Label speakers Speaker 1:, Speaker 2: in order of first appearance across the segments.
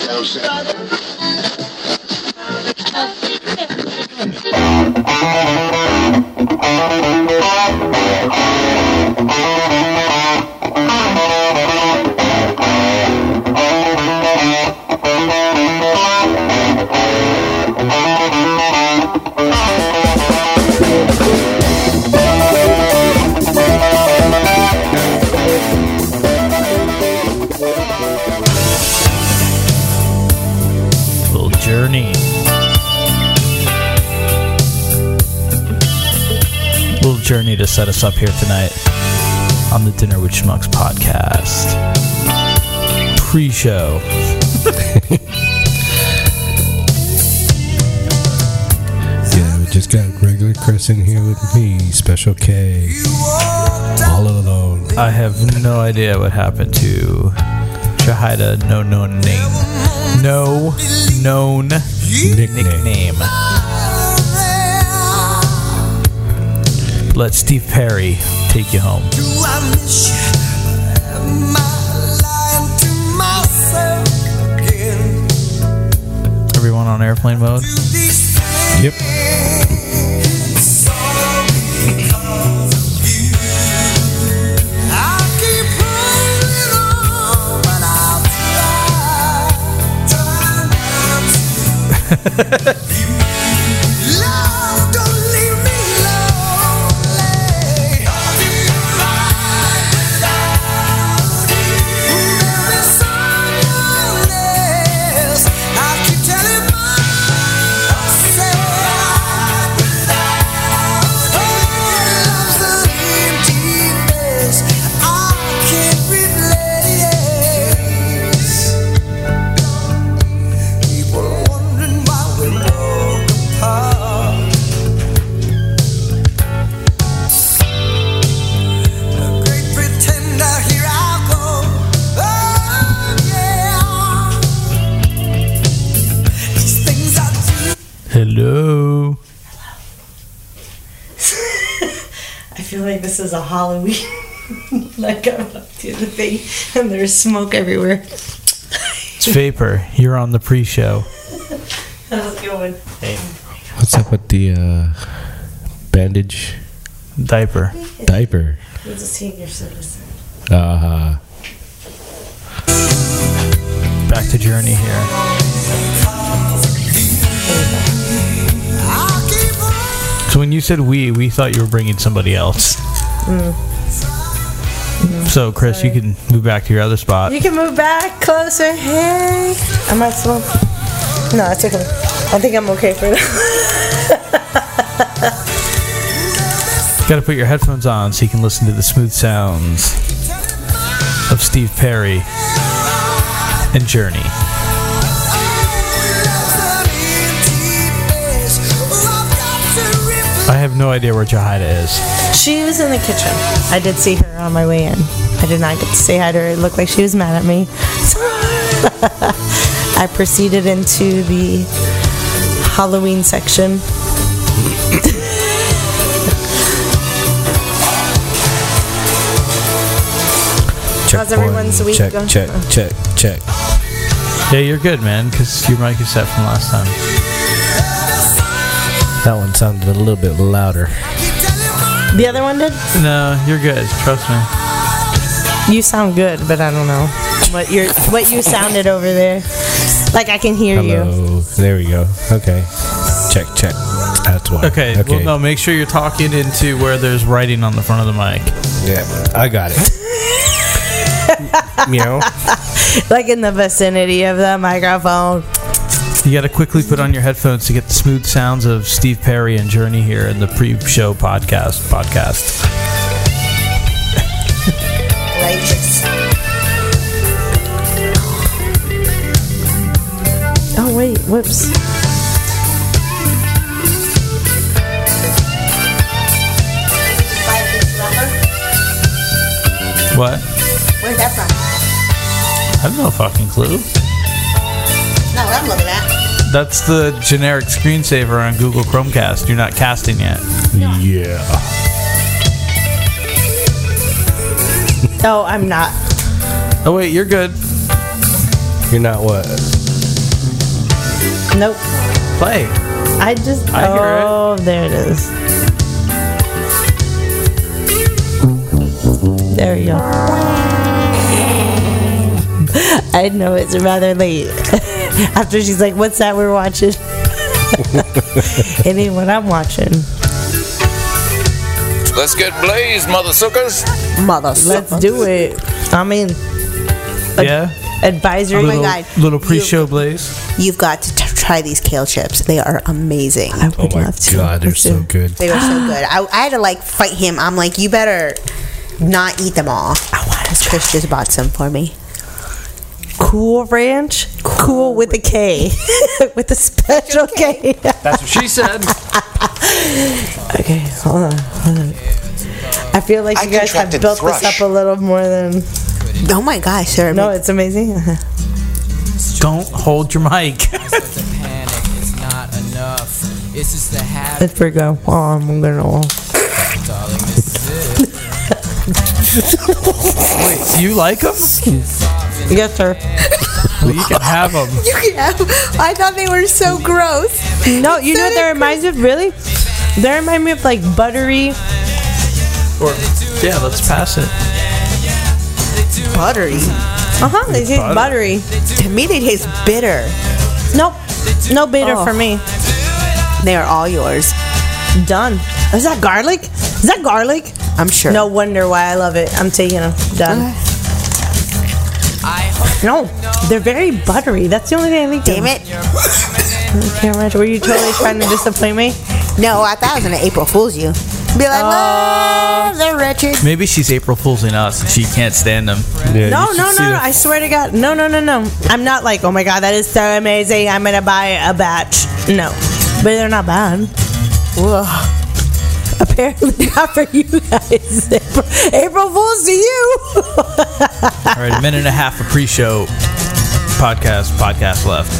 Speaker 1: You know what I'm saying?
Speaker 2: Full journey. Little journey to set us up here tonight on the Dinner with Schmucks podcast. Pre show.
Speaker 3: Yeah, we just got regular Chris in here with me, Special K, all alone.
Speaker 2: I have no idea what happened to Shahida No Known Name. No Known
Speaker 3: Nickname.
Speaker 2: Nickname. Let Steve Perry take you home. Everyone on airplane mode.
Speaker 3: Yep.
Speaker 4: Love, don't leave me lonely. I'll be right without you. There is someone else. I keep telling myself. I'll be right without you. love's an empty place. I can't replace. People wondering why we broke apart. A great pretender, here I go. Oh yeah. These things I do.
Speaker 2: Hello.
Speaker 5: I feel like this is a Halloween. like I'm up to the thing and there's smoke everywhere.
Speaker 2: It's Vapor. You're on the pre show.
Speaker 5: How's it going?
Speaker 3: What's up with the uh, bandage
Speaker 2: Diaper.
Speaker 3: diaper?
Speaker 5: He's a senior citizen.
Speaker 3: Uh,
Speaker 2: Back to Journey here.
Speaker 4: I keep on
Speaker 2: So when you said we, we thought you were bringing somebody else. So Chris, you can move back to your other spot.
Speaker 5: You can move back closer. Hey. Am I smoke? No, it's okay. I think I'm okay for that.
Speaker 2: Got to put your headphones on so you can listen to the smooth sounds
Speaker 4: telling myself.
Speaker 2: of Steve Perry and Journey.
Speaker 4: Love's an empty place. Oh, I've got to replace.
Speaker 2: I have no idea where Jahida is.
Speaker 5: She was in the kitchen. I did see her on my way in. I did not get to say hi to her. It looked like she was mad at me. I proceeded into the Halloween section.
Speaker 3: check
Speaker 5: How's everyone's
Speaker 3: one,
Speaker 5: week
Speaker 3: check,
Speaker 5: going?
Speaker 3: check, check, check.
Speaker 2: Yeah, you're good, man, because your mic is set from last time.
Speaker 3: That one sounded a little bit louder.
Speaker 4: Keep telling myself.
Speaker 5: The other one did?
Speaker 2: No, you're good. Trust me.
Speaker 5: You sound good, but I don't know what you what you sounded over there. Like I can hear you.
Speaker 3: Hello. There we go. Okay. Check, check. That's one.
Speaker 2: Okay. Well, no. Make sure you're talking into where there's writing on the front of the mic.
Speaker 3: Yeah, I got it. Meow.
Speaker 5: Like in the vicinity of the microphone.
Speaker 2: You got to quickly put on your headphones to get the smooth sounds of Steve Perry and Journey here in the pre-show podcast. Podcast.
Speaker 5: Like this. Oh wait, whoops.
Speaker 2: What?
Speaker 5: Where's that from?
Speaker 2: I have no fucking clue.
Speaker 5: Not what I'm looking at.
Speaker 2: That's the generic screensaver on Google Chromecast. You're not casting yet.
Speaker 3: Yeah.
Speaker 5: Oh, I'm not.
Speaker 2: Oh wait, you're good.
Speaker 3: You're not what?
Speaker 5: Nope.
Speaker 2: Play.
Speaker 5: I just.
Speaker 2: I hear it.
Speaker 5: oh, there it is. There you go. I know it's rather late. After she's like, "What's that we're watching?" it ain't what I'm watching.
Speaker 6: Let's get blazed, mother suckers.
Speaker 7: Mother
Speaker 5: Let's do it. I mean,
Speaker 2: Yeah.
Speaker 5: advisory.
Speaker 2: little,
Speaker 7: Oh God.
Speaker 2: little pre-show blaze.
Speaker 7: You've got to t- try these kale chips. They are amazing.
Speaker 5: I would
Speaker 8: Oh my
Speaker 5: love to.
Speaker 8: god, they're so good.
Speaker 7: They were so good. I, I had to like fight him. I'm like, you better not eat them all. I want to. Chris just bought some for me.
Speaker 5: Cool Ranch, cool with a K, with a special K.
Speaker 2: That's what she said.
Speaker 5: Okay, hold on. Hold on. I feel like
Speaker 9: I
Speaker 5: you guys have
Speaker 9: contracted
Speaker 5: built this
Speaker 9: thrush.
Speaker 5: up a little more than.
Speaker 7: Oh my gosh, sir.
Speaker 5: No, it's amazing.
Speaker 2: Don't hold your mic.
Speaker 1: to panic is not enough. It's just the habit,
Speaker 5: Let's go. Oh, I'm gonna.
Speaker 1: darling. This is it.
Speaker 2: Wait, you like them?
Speaker 5: Yes, sir.
Speaker 2: Well, you can have them.
Speaker 7: you can have. I thought they were so gross.
Speaker 5: No, you know what that reminds me of? Really? That reminds me of like buttery.
Speaker 2: Or yeah, let's pass it.
Speaker 7: Buttery.
Speaker 5: Uh huh. They taste buttery.
Speaker 7: To me, they taste bitter. Oh.
Speaker 5: Nope. No bitter for me.
Speaker 7: They are all yours.
Speaker 5: Done. Is that garlic? Is that garlic?
Speaker 7: I'm sure.
Speaker 5: No wonder why I love it. I'm taking them. Done. No, they're very buttery. That's the only thing I like.
Speaker 7: Damn it.
Speaker 5: Camera, were you totally trying to disappoint me? Oh.
Speaker 7: No, I thought I was going to April Fool's you. Be like, "Ah, they're wretched.
Speaker 2: Maybe she's April Fooling us and she can't stand them.
Speaker 8: Yeah,
Speaker 5: No,
Speaker 8: you should
Speaker 5: no,
Speaker 8: see
Speaker 5: no, no.
Speaker 8: the-
Speaker 5: I swear to God. No, no, no, no. I'm not like, oh my God, that is so amazing. I'm going to buy a batch. No. But they're not bad. Ugh. Apparently not for you guys. April, April Fools to you.
Speaker 2: All right, a minute and a half of pre-show podcast podcast left.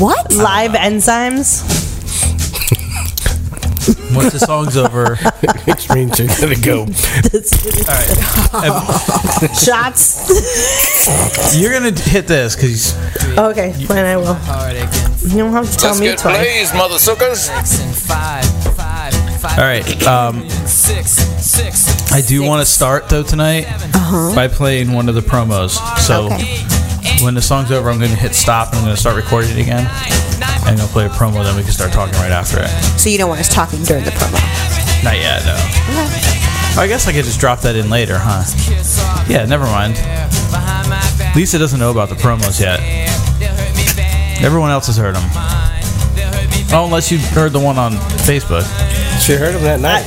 Speaker 5: What? Live enzymes?
Speaker 2: Once the song's over,
Speaker 8: Which means you're gonna go.
Speaker 5: Shots?
Speaker 2: you're gonna hit this because
Speaker 5: okay, fine, I will.
Speaker 1: Heartache and
Speaker 5: You don't have to tell
Speaker 6: Let's
Speaker 5: me
Speaker 6: get
Speaker 5: twice.
Speaker 6: blazed, mother suckers.
Speaker 1: six and five, five, five.
Speaker 2: All right, um,
Speaker 1: Six, six,
Speaker 2: I do want to start though tonight
Speaker 5: Uh-huh.
Speaker 2: by playing one of the promos. So when the song's over, I'm gonna hit stop and I'm gonna start recording it again, and I'm gonna play a promo. Then we can start talking right after it.
Speaker 7: So you don't want us talking during the promo.
Speaker 2: Not yet, no.
Speaker 5: Uh-huh.
Speaker 2: I guess I could just drop that in later, huh?
Speaker 1: kiss off
Speaker 2: Yeah, never mind.
Speaker 1: behind my back.
Speaker 2: Lisa doesn't know about the promos yet.
Speaker 1: They'll hurt me bad.
Speaker 2: Everyone else has heard them.
Speaker 1: They'll hurt me
Speaker 2: Oh, unless you heard the one on Facebook.
Speaker 8: She heard him that night.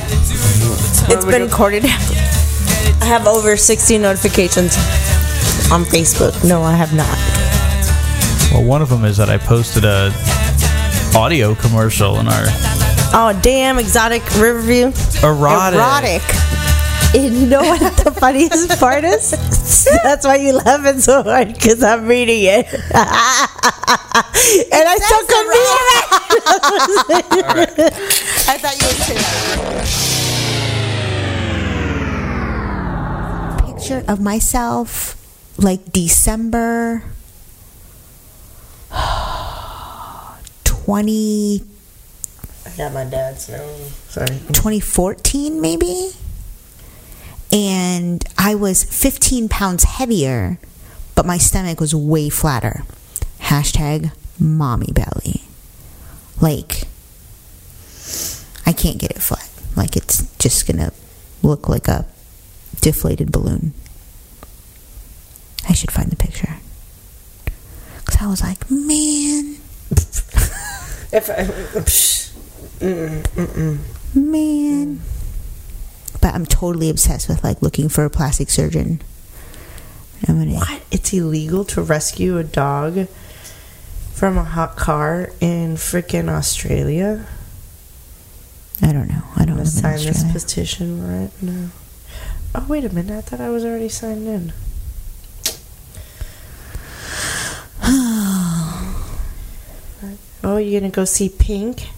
Speaker 5: It's been recorded. I have over 60 notifications on Facebook. No, I have not.
Speaker 2: Well, one of them is that I posted a audio commercial in our
Speaker 5: Oh, damn, exotic river view.
Speaker 2: erotic.
Speaker 7: Erotic.
Speaker 5: And you know what the funniest part is? That's why you laughing so hard because I'm reading it. and I still couldn't read it.
Speaker 7: I thought you would say that. Picture of myself, like December 20,
Speaker 10: I got my dad's now. Sorry.
Speaker 7: 2014, maybe? And I was 15 pounds heavier, but my stomach was way flatter. Hashtag mommy belly. Like, I can't get it flat. Like, it's just gonna look like a deflated balloon. I should find the picture. Because I was like, man,
Speaker 10: If I, psh, mm, mm-mm.
Speaker 7: man. But I'm totally obsessed with like looking for a plastic surgeon. I'm gonna
Speaker 10: What? It's illegal to rescue a dog from a hot car in frickin' Australia?
Speaker 7: I don't know. I don't
Speaker 10: I'm
Speaker 7: know.
Speaker 10: gonna sign this petition right now. Oh, wait a minute. I thought I was already signed in. Oh, you're gonna go see Pink?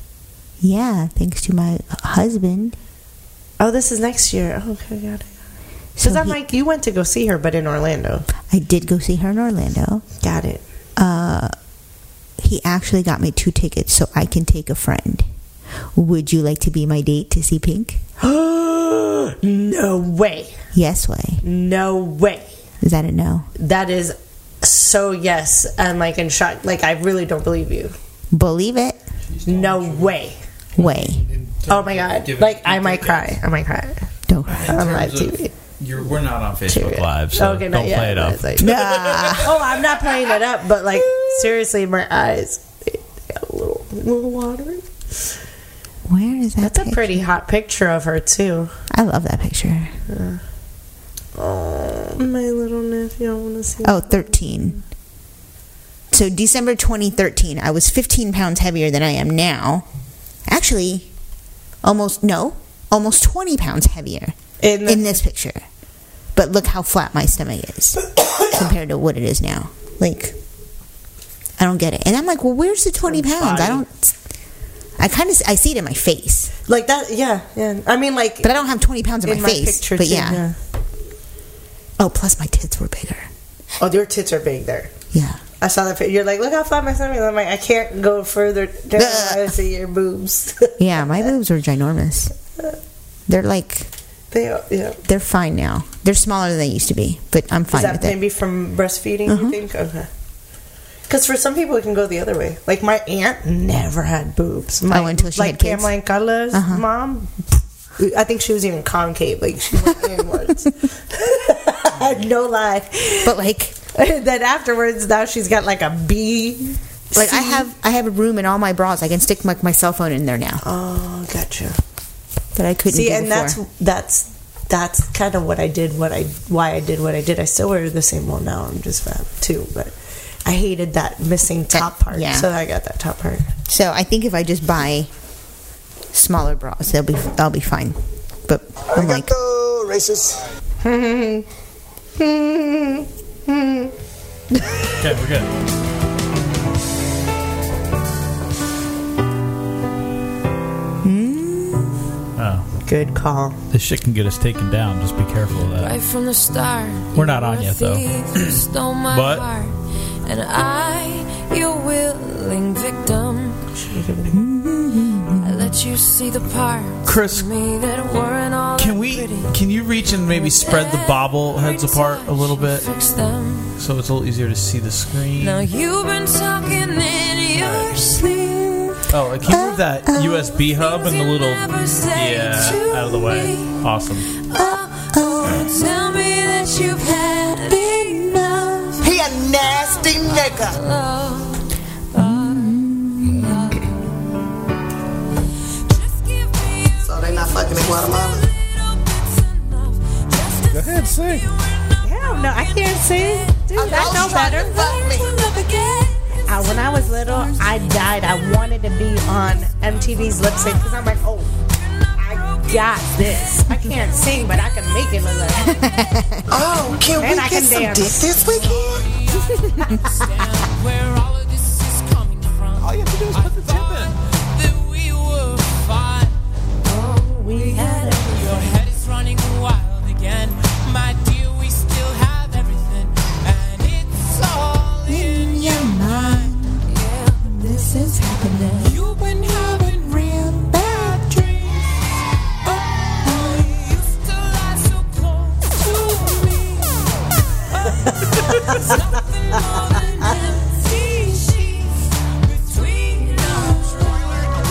Speaker 7: yeah, thanks to my husband.
Speaker 10: Oh, this is next year. Oh, okay, got it.
Speaker 7: So
Speaker 10: Because I'm
Speaker 7: he-
Speaker 10: like, you went to go see her, but in Orlando.
Speaker 7: I did go see her in Orlando.
Speaker 10: Got it.
Speaker 7: Uh, He actually got me two tickets so I can take a friend. Would you like to be my date to see Pink?
Speaker 5: no way.
Speaker 7: Yes way.
Speaker 5: No way.
Speaker 7: Is that a no?
Speaker 5: That is so yes. I'm like in shock. Like I really don't believe you.
Speaker 7: Believe it.
Speaker 5: No way.
Speaker 7: Way.
Speaker 5: Oh my god.
Speaker 2: Give it
Speaker 5: Like
Speaker 2: two
Speaker 5: I might
Speaker 2: tickets.
Speaker 5: cry. I might cry
Speaker 7: Don't cry.
Speaker 5: on live
Speaker 2: terms of-
Speaker 5: TV.
Speaker 2: You're, we're not on Facebook
Speaker 5: Period.
Speaker 2: Live, so
Speaker 5: Okay, not
Speaker 2: don't
Speaker 5: yet,
Speaker 2: play it
Speaker 5: but
Speaker 2: up.
Speaker 5: it's like- oh, I'm not playing it up, but like seriously, my eyes they they got a little little watery.
Speaker 7: Where is that?
Speaker 5: That's a
Speaker 7: pic-
Speaker 5: pretty hot picture of her too.
Speaker 7: I love that picture.
Speaker 5: Oh, my little nephew, I want to see.
Speaker 7: Oh, 13. So December 2013, I was 15 pounds heavier than I am now. Actually, almost no, almost 20 pounds heavier
Speaker 5: In the-
Speaker 7: in this picture. But look how flat my stomach is compared to what it is now. Like I don't get it. And I'm like, "Well, where's the 20 pounds?" I don't I kind of I see it in my face,
Speaker 5: like that. Yeah, yeah. I mean, like
Speaker 7: but I don't have 20 pounds in,
Speaker 5: in
Speaker 7: my, face.
Speaker 5: picture
Speaker 7: but
Speaker 5: too,
Speaker 7: yeah. Oh, plus my tits were bigger.
Speaker 5: Oh, your tits are big there.
Speaker 7: Yeah.
Speaker 5: I saw that. pic- You're like, look how flat my stomach. is. I'm like, I can't go further down. I see your boobs.
Speaker 7: Yeah, my boobs were ginormous. They're like
Speaker 5: they are. Yeah.
Speaker 7: they're fine now. They're smaller than they used to be, but I'm
Speaker 5: Is
Speaker 7: fine
Speaker 5: that
Speaker 7: with it. Mm-hmm.
Speaker 5: maybe from breastfeeding? You think? Okay. Because for some people, it can go the other way. Like my aunt never had boobs. My,
Speaker 7: Oh, until she
Speaker 5: like
Speaker 7: had kids? Uh-huh.
Speaker 5: Pamela and Carla's mom. I think she was even concave. Like she went inwards. no lie.
Speaker 7: But like
Speaker 5: then afterwards, now she's got like a B.
Speaker 7: like I have I have a room in all my bras. I can stick like my cell phone in there now
Speaker 5: Oh, gotcha.
Speaker 7: that I couldn't
Speaker 5: See,
Speaker 7: do
Speaker 5: and
Speaker 7: before.
Speaker 5: that's that's that's kind of what I did. What I why I did what I did. I still wear the same one now. I'm just fat too, but I hated that missing top part.
Speaker 7: yeah.
Speaker 5: So I got that top part.
Speaker 7: so I think if I just buy smaller bras, they'll be I'll be fine. But I'm like oh,
Speaker 2: Okay, we're good. Oh,
Speaker 5: Hmm. Good call.
Speaker 2: this shit can get us taken down. Just be careful of that.
Speaker 4: Right from the start.
Speaker 2: We're not on yet, though.
Speaker 4: You stole my
Speaker 2: But-
Speaker 4: heart, and I, your willing victim. I let you see the parts
Speaker 2: Chris,
Speaker 4: of me that weren't all
Speaker 2: Can
Speaker 4: that
Speaker 2: we?
Speaker 4: pretty.
Speaker 2: Can you reach and maybe spread the bobbleheads
Speaker 4: Every
Speaker 2: apart a
Speaker 4: touch
Speaker 2: little
Speaker 4: you
Speaker 2: bit
Speaker 4: fix them.
Speaker 2: so it's a little easier to see the screen?
Speaker 4: Now you've been talking in your sleep.
Speaker 2: Oh, can you move that USB hub and the little yeah out of the way? Awesome.
Speaker 4: Oh, oh, tell me that you've had enough. He a nasty nigga.
Speaker 11: So they not fucking in Guatemala.
Speaker 3: Go ahead, sing.
Speaker 5: Yeah, no, I can't sing. Dude, I know better. I, when I was little, I died. I wanted to be on MTV's Lip Sync because I'm like, oh, I got this. I can't sing, but I can make it look like.
Speaker 11: Oh, can
Speaker 5: And
Speaker 11: we
Speaker 5: I
Speaker 11: get
Speaker 5: can
Speaker 11: some
Speaker 5: dance.
Speaker 11: dick this weekend?
Speaker 4: Where all of this is coming from.
Speaker 2: All you have to do is put the tip in.
Speaker 4: That we were fine. Oh,
Speaker 5: We had it.
Speaker 4: Your head is running wild again. My dear, we still have everything. And it's all in your mind. Yeah, this is happening. You've been having real bad dreams. Oh, oh, you used to lie so close to me. Oh, something more than empty sheets between us.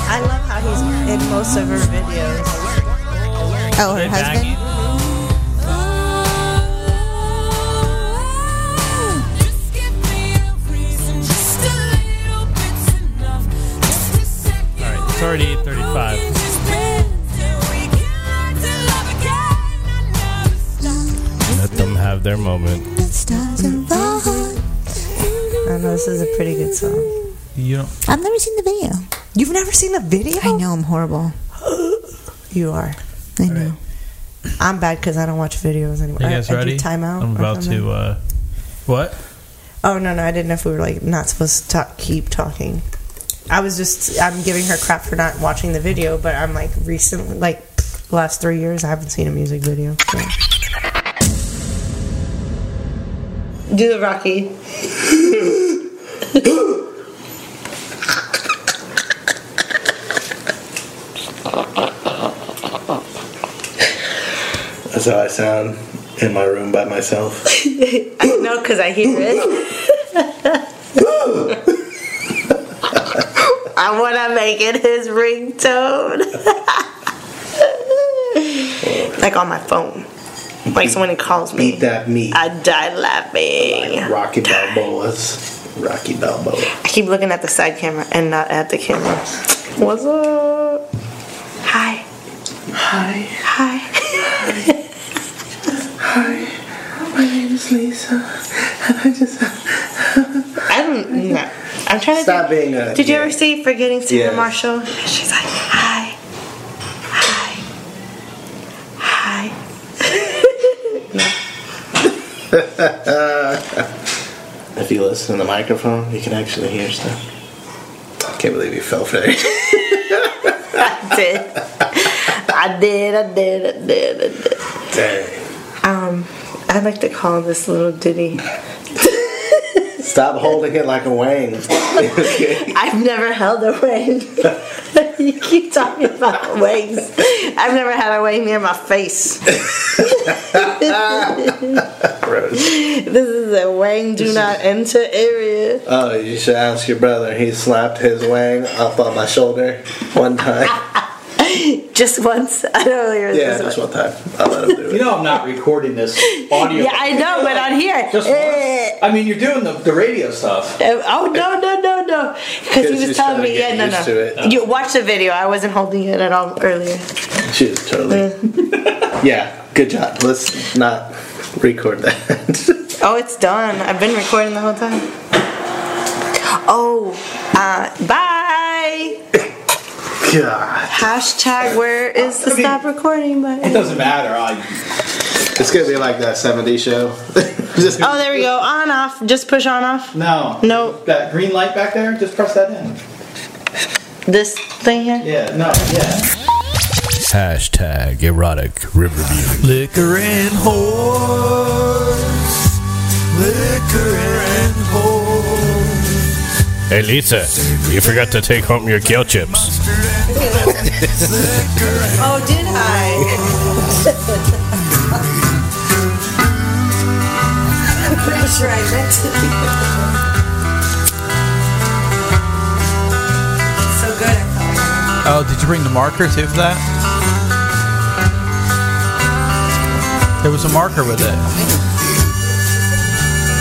Speaker 5: I love how he's in most of her videos.
Speaker 7: oh her husband.
Speaker 4: Alright,
Speaker 2: it's already 8:35.
Speaker 3: Let them have their moment.
Speaker 5: I know this is a pretty good song.
Speaker 2: You don't.
Speaker 7: I've never seen the video.
Speaker 5: You've never seen the video?
Speaker 7: I know I'm horrible.
Speaker 5: You are.
Speaker 7: I know.
Speaker 5: I'm bad because I don't watch videos anymore.
Speaker 2: You guys
Speaker 5: I, I
Speaker 2: ready?
Speaker 5: do timeout.
Speaker 2: I'm
Speaker 5: or
Speaker 2: about
Speaker 5: something.
Speaker 2: to. uh What?
Speaker 5: Oh no, no, I didn't know if we were like not supposed to talk, keep talking. I was just I'm giving her crap for not watching the video, but I'm like recently, like the last three years, I haven't seen a music video. So. Do the Rocky.
Speaker 11: That's how I sound in my room by myself.
Speaker 5: I know because I hear it. I want to make it his ringtone. like on my phone. Like so when he calls me.
Speaker 11: Beat that meat.
Speaker 5: I die laughing.
Speaker 11: Rocky Balboa's. Rocky Balboa.
Speaker 5: I keep looking at the side camera and not at the camera. What's up? Hi.
Speaker 12: Hi.
Speaker 5: Hi.
Speaker 12: Hi. My name is Lisa. And I just.
Speaker 5: I don't know. I'm trying to
Speaker 11: Stop being a.
Speaker 5: Did you ever see Forgetting Sarah
Speaker 11: Yes.
Speaker 5: Marshall? She's like, hi, hi, hi.
Speaker 11: Uh, if you listen to the microphone, you can actually hear stuff. I can't believe you fell for that.
Speaker 5: I did. I did. I did. I did. I did.
Speaker 11: Dang.
Speaker 5: Um, I'd like to call this little ditty.
Speaker 11: Stop holding it like a wang. Okay.
Speaker 5: I've never held a wang. you keep talking about wings. I've never had a wang near my face.
Speaker 11: Gross.
Speaker 5: this is a wang do not enter area.
Speaker 11: Oh, you should ask your brother. He slapped his wang up on my shoulder one time.
Speaker 5: Just once. I don't really resist
Speaker 11: Yeah,
Speaker 5: it.
Speaker 11: just one time. I let him do it.
Speaker 2: You know I'm not recording this audio.
Speaker 5: Yeah, I know, but on here.
Speaker 2: Just
Speaker 5: eh.
Speaker 2: once. I mean, you're doing the, the radio stuff.
Speaker 5: Uh, Oh no no no no! Because
Speaker 11: Because
Speaker 5: he
Speaker 11: he's
Speaker 5: was telling
Speaker 11: trying to
Speaker 5: me, yeah no
Speaker 11: get used to
Speaker 5: no.
Speaker 11: it.
Speaker 5: You watch the video. I wasn't holding it at all earlier.
Speaker 11: She was totally. yeah, good job. Let's not record that.
Speaker 5: Oh, it's done. I've been recording the whole time. Oh, uh, bye.
Speaker 11: God,
Speaker 5: Hashtag where is the stop recording
Speaker 2: It
Speaker 5: button?
Speaker 2: doesn't matter. I,
Speaker 11: it's gonna be like that '70s show. Just-
Speaker 5: Oh, there we go. On off. Just push on off.
Speaker 2: no.
Speaker 5: No,
Speaker 2: That green light back there, just press that in.
Speaker 5: this thing here.
Speaker 2: Yeah, no, yeah.
Speaker 13: Hashtag erotic river view.
Speaker 2: Liquor and whores. Liquor and whores.
Speaker 3: Hey Lisa, you forgot to take home your kale chips.
Speaker 14: Oh, did I?
Speaker 12: I'm pretty sure I meant to be. so good, I thought.
Speaker 2: Oh, did you bring the marker too for that? There was a marker with it.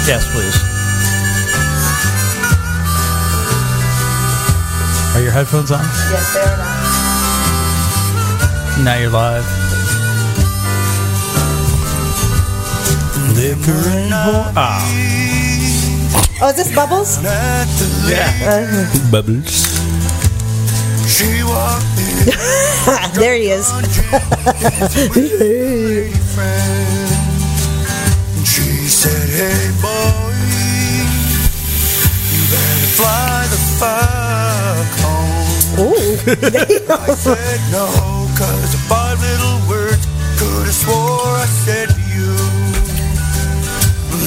Speaker 2: Yes, please. Are your headphones on?
Speaker 5: Yes, there it is.
Speaker 2: Now you're live. Liquor and whore. Ah.
Speaker 14: oh, is this Bubbles?
Speaker 2: Yeah. Bubbles.
Speaker 4: She walked in.
Speaker 14: there he is.
Speaker 4: She said, Hey boy, you better fly the fuck home. I said no, cause the five little words could have swore I said to you.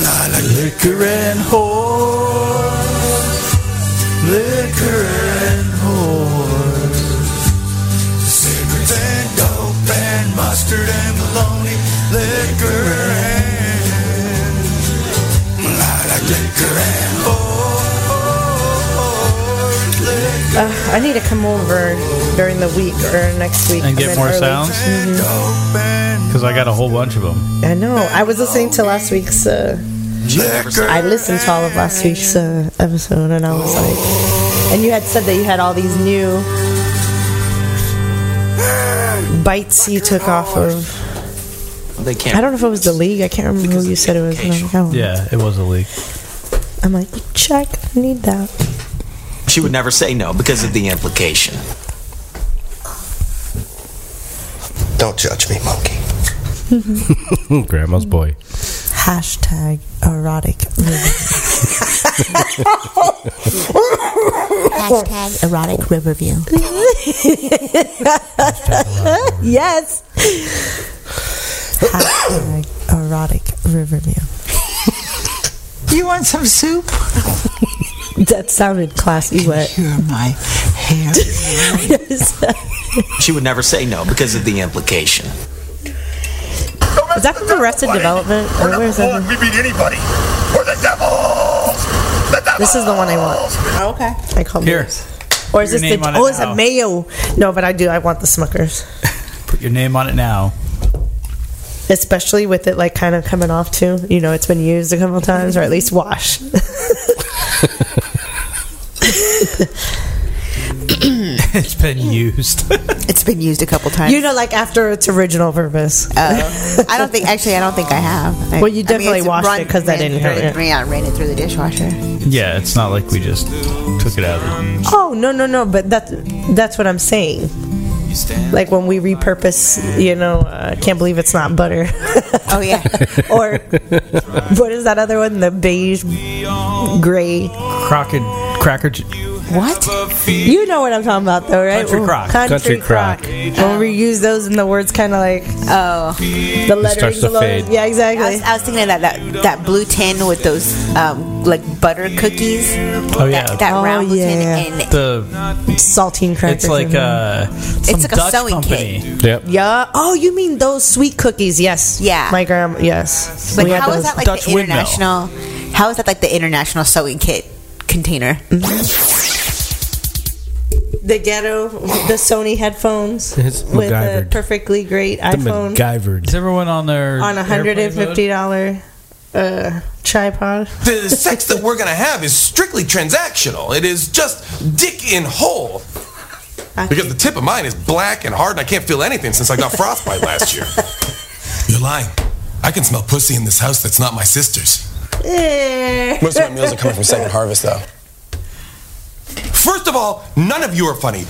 Speaker 4: La la
Speaker 2: Liquor and whore. Liquor and whore.
Speaker 4: cigarettes and dope and mustard and bologna, liquor and la la liquor and oh, liquor.
Speaker 14: Uh, I need to come over during the week or next week
Speaker 2: And
Speaker 14: I'm
Speaker 2: get
Speaker 14: in
Speaker 2: more
Speaker 14: early. Mm-hmm.
Speaker 2: sounds? Because I got a whole bunch of them.
Speaker 14: I know. I was listening to last week's. Uh, I listened to all of last week's uh, episode, and I was like, and you had said that you had all these new bites you took off of.
Speaker 15: They can't.
Speaker 14: I don't know if it was the league. I can't remember who you said it was. and I'm like, oh.
Speaker 2: Yeah, it was a leak.
Speaker 14: I'm like, check. I need that.
Speaker 15: She would never say no because of the implication.
Speaker 11: Don't judge me, monkey.
Speaker 3: Grandma's boy.
Speaker 14: Hashtag erotic.
Speaker 7: Hashtag erotic Riverview.
Speaker 14: yes. Hashtag erotic Riverview.
Speaker 15: You want some soup?
Speaker 14: That sounded classy, but
Speaker 15: You're my hair.
Speaker 14: Yes.
Speaker 15: She would never say no because of the implication.
Speaker 5: Is that from Arrested Development? Or where is that?
Speaker 4: We beat anybody. We're the devils.
Speaker 5: This is the one I want. Oh, okay. I call
Speaker 2: Here.
Speaker 5: Or is
Speaker 2: Put
Speaker 5: this
Speaker 2: your
Speaker 5: the?
Speaker 2: name on it
Speaker 5: Oh, is
Speaker 2: now.
Speaker 5: it mayo? No, but I do. I want the Smuckers,
Speaker 2: Put your name on it now.
Speaker 5: especially with it like kind of coming off too. You know, it's been used a couple times, or at least washed.
Speaker 2: it's been used.
Speaker 7: It's been used a couple times.
Speaker 5: you know, like after its original purpose.
Speaker 7: Oh. I don't think. Actually, I don't think I have. I-
Speaker 5: Well, you
Speaker 7: I mean,
Speaker 5: definitely
Speaker 7: it's
Speaker 5: washed it 'cause that
Speaker 7: ran
Speaker 5: didn't
Speaker 7: through-
Speaker 5: hurt it.
Speaker 7: Yeah, ran it through the dishwasher.
Speaker 2: yeah, it's not like we just took it out. of
Speaker 5: Oh no no no! But that that's what I'm saying. Like when we repurpose, you know, uh, can't believe it's not butter.
Speaker 7: oh yeah.
Speaker 5: or what is that other one? The beige, gray.
Speaker 2: Crockett cracker. J-
Speaker 7: What?
Speaker 5: You know what I'm talking about, though, right?
Speaker 2: Country
Speaker 5: Ooh,
Speaker 2: crock.
Speaker 5: Country,
Speaker 2: Country
Speaker 5: crock.
Speaker 2: crock.
Speaker 5: When we use those and the words kind of like
Speaker 7: oh,
Speaker 5: the lettering's a
Speaker 7: to
Speaker 5: little-
Speaker 7: fade.
Speaker 5: Yeah, exactly.
Speaker 7: I was, I was thinking of that, that that blue tin with those um, like butter cookies.
Speaker 2: Oh yeah.
Speaker 7: That, that round blue tin and
Speaker 2: the
Speaker 5: saltine
Speaker 2: It's like uh, some
Speaker 7: It's like a
Speaker 2: Dutch
Speaker 7: sewing
Speaker 2: company.
Speaker 16: Yep.
Speaker 5: Yeah. Oh, you mean those sweet cookies? Yes.
Speaker 7: Yeah.
Speaker 5: My grandma. Yes.
Speaker 7: But
Speaker 5: We had
Speaker 7: how
Speaker 5: those.
Speaker 7: is that like the international? uh, How is that like the international sewing kit container? Mm-hmm.
Speaker 5: The ghetto, the Sony headphones
Speaker 2: It's
Speaker 5: with a
Speaker 2: MacGyvered.
Speaker 5: perfectly great iPhone
Speaker 2: Is everyone on their
Speaker 5: on a hundred and fifty dollar uh, tripod.
Speaker 17: The sex that we're gonna have is strictly transactional. It is just dick in hole. Because the tip of mine is black and hard, and I can't feel anything since I got frostbite last year. You're lying. I can smell pussy in this house that's not my sister's.
Speaker 5: Most
Speaker 17: of my meals are coming from Second Harvest, though. First of all, none of you are funny.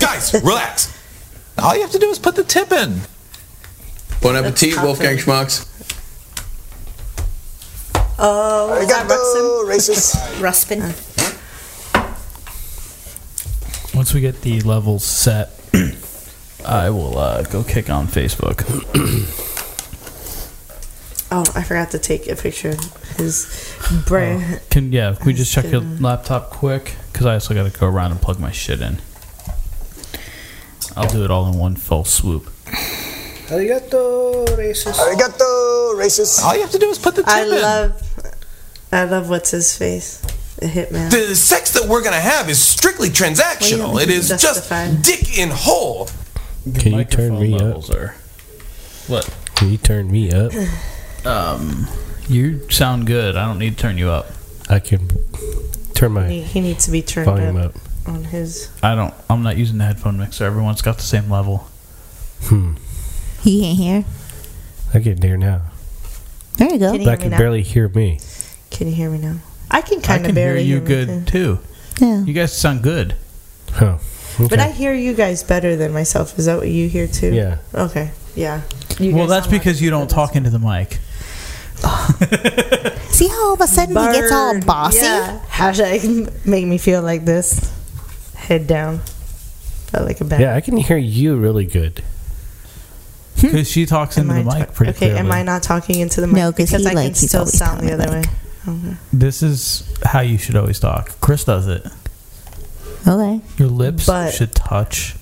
Speaker 17: Guys, relax. All you have to do is put the tip in.
Speaker 6: Bon appetit, Wolfgang Schmucks.
Speaker 5: Oh,
Speaker 10: I got racist.
Speaker 7: Ruspin.
Speaker 2: Once we get the levels set, I will uh, go kick on Facebook.
Speaker 5: Oh, I forgot to take a picture of his brand.
Speaker 2: Oh. Can yeah? Can we just check your laptop quick? Because I also got to go around and plug my shit in. I'll do it all in one fell swoop.
Speaker 3: Arigato, racist.
Speaker 17: Arigato, racist. All you have to do is put the tip
Speaker 5: I
Speaker 17: in.
Speaker 5: love, I love what's his face, the hitman.
Speaker 17: The sex that we're gonna have is strictly transactional.
Speaker 5: Well, you don't
Speaker 17: it is
Speaker 5: have to justify.
Speaker 17: just dick in hole.
Speaker 16: Can you turn me
Speaker 2: up? What?
Speaker 16: Can you turn me up?
Speaker 2: Um, you sound good. I don't need to turn you up.
Speaker 16: I can turn
Speaker 5: He, he needs to be turned
Speaker 2: Volume
Speaker 5: up,
Speaker 2: up.
Speaker 5: on his.
Speaker 2: I don't. I'm not using the headphone mixer. Everyone's got the same level.
Speaker 16: Hmm.
Speaker 7: He can't hear.
Speaker 16: I can hear now.
Speaker 7: There you go.
Speaker 5: Can you
Speaker 16: But I
Speaker 5: hear me
Speaker 16: can
Speaker 5: now?
Speaker 16: barely hear me.
Speaker 5: Can you hear me now? I can kind of
Speaker 2: I can hear
Speaker 5: barely
Speaker 2: you
Speaker 5: me,
Speaker 2: good
Speaker 5: too.
Speaker 2: too.
Speaker 7: Yeah.
Speaker 2: You guys sound good.
Speaker 16: Huh.
Speaker 5: But I hear you guys better than myself. Is that what you hear too?
Speaker 2: Yeah.
Speaker 5: Okay. Yeah.
Speaker 2: well, that's because you don't talk into the mic.
Speaker 7: See how all of a sudden he gets all
Speaker 5: Burn.
Speaker 7: bossy?
Speaker 5: Yeah. Hashtag make me feel like this. Head down. Felt like a bat.
Speaker 16: Yeah, I can hear you really good.
Speaker 2: Because Hmm. she talks into the mic pretty
Speaker 5: Okay, am I not talking into the mic?
Speaker 7: No, 'cause he,
Speaker 5: I
Speaker 7: like,
Speaker 5: can
Speaker 7: he's
Speaker 5: still
Speaker 7: always
Speaker 5: sound
Speaker 7: down
Speaker 5: the
Speaker 7: the
Speaker 5: other way.
Speaker 7: mic.
Speaker 5: Okay.
Speaker 2: This is how you should always talk. Chris does it.
Speaker 7: Okay.
Speaker 2: Your lips
Speaker 5: But-
Speaker 2: should touch.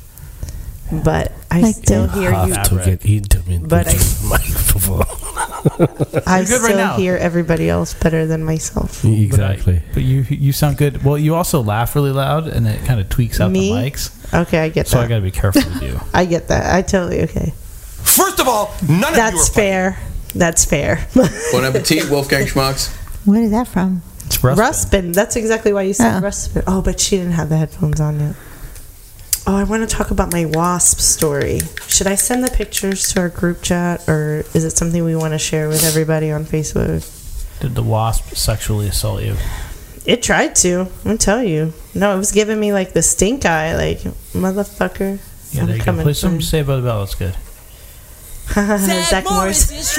Speaker 5: But I
Speaker 2: Like
Speaker 5: still
Speaker 2: the-
Speaker 5: hear you.
Speaker 16: have to get intimate
Speaker 5: But
Speaker 16: with the microphone.
Speaker 5: I
Speaker 2: You're good right
Speaker 5: still
Speaker 2: now.
Speaker 5: hear everybody else better than myself.
Speaker 16: Exactly.
Speaker 2: But you you sound good. Well, you also laugh really loud, and it kind of tweaks out
Speaker 5: Me?
Speaker 2: the mics.
Speaker 5: Okay, I get
Speaker 2: So
Speaker 5: that.
Speaker 2: I got to be careful with you.
Speaker 5: I get that. I totally okay.
Speaker 17: First of all, none
Speaker 5: of That's fair. That's fair.
Speaker 6: Bon appetit, Wolfgang Schmucks.
Speaker 7: Where is that from?
Speaker 2: It's
Speaker 5: Ruspin. That's exactly why you said Ruspin. Oh, but she didn't have the headphones on yet. Oh, I want to talk about my wasp story. Should I send the pictures to our group chat, or is it something we want to share with everybody on Facebook?
Speaker 2: Did the wasp sexually assault you?
Speaker 5: It tried to. I'm gonna tell you. No, it was giving me like the stink eye, like motherfucker.
Speaker 2: Yeah, there
Speaker 5: I'm
Speaker 2: you go.
Speaker 5: coming.
Speaker 2: Play
Speaker 5: for
Speaker 2: some
Speaker 5: you."
Speaker 2: Say by the Bell. That's good.
Speaker 5: Zach Morris.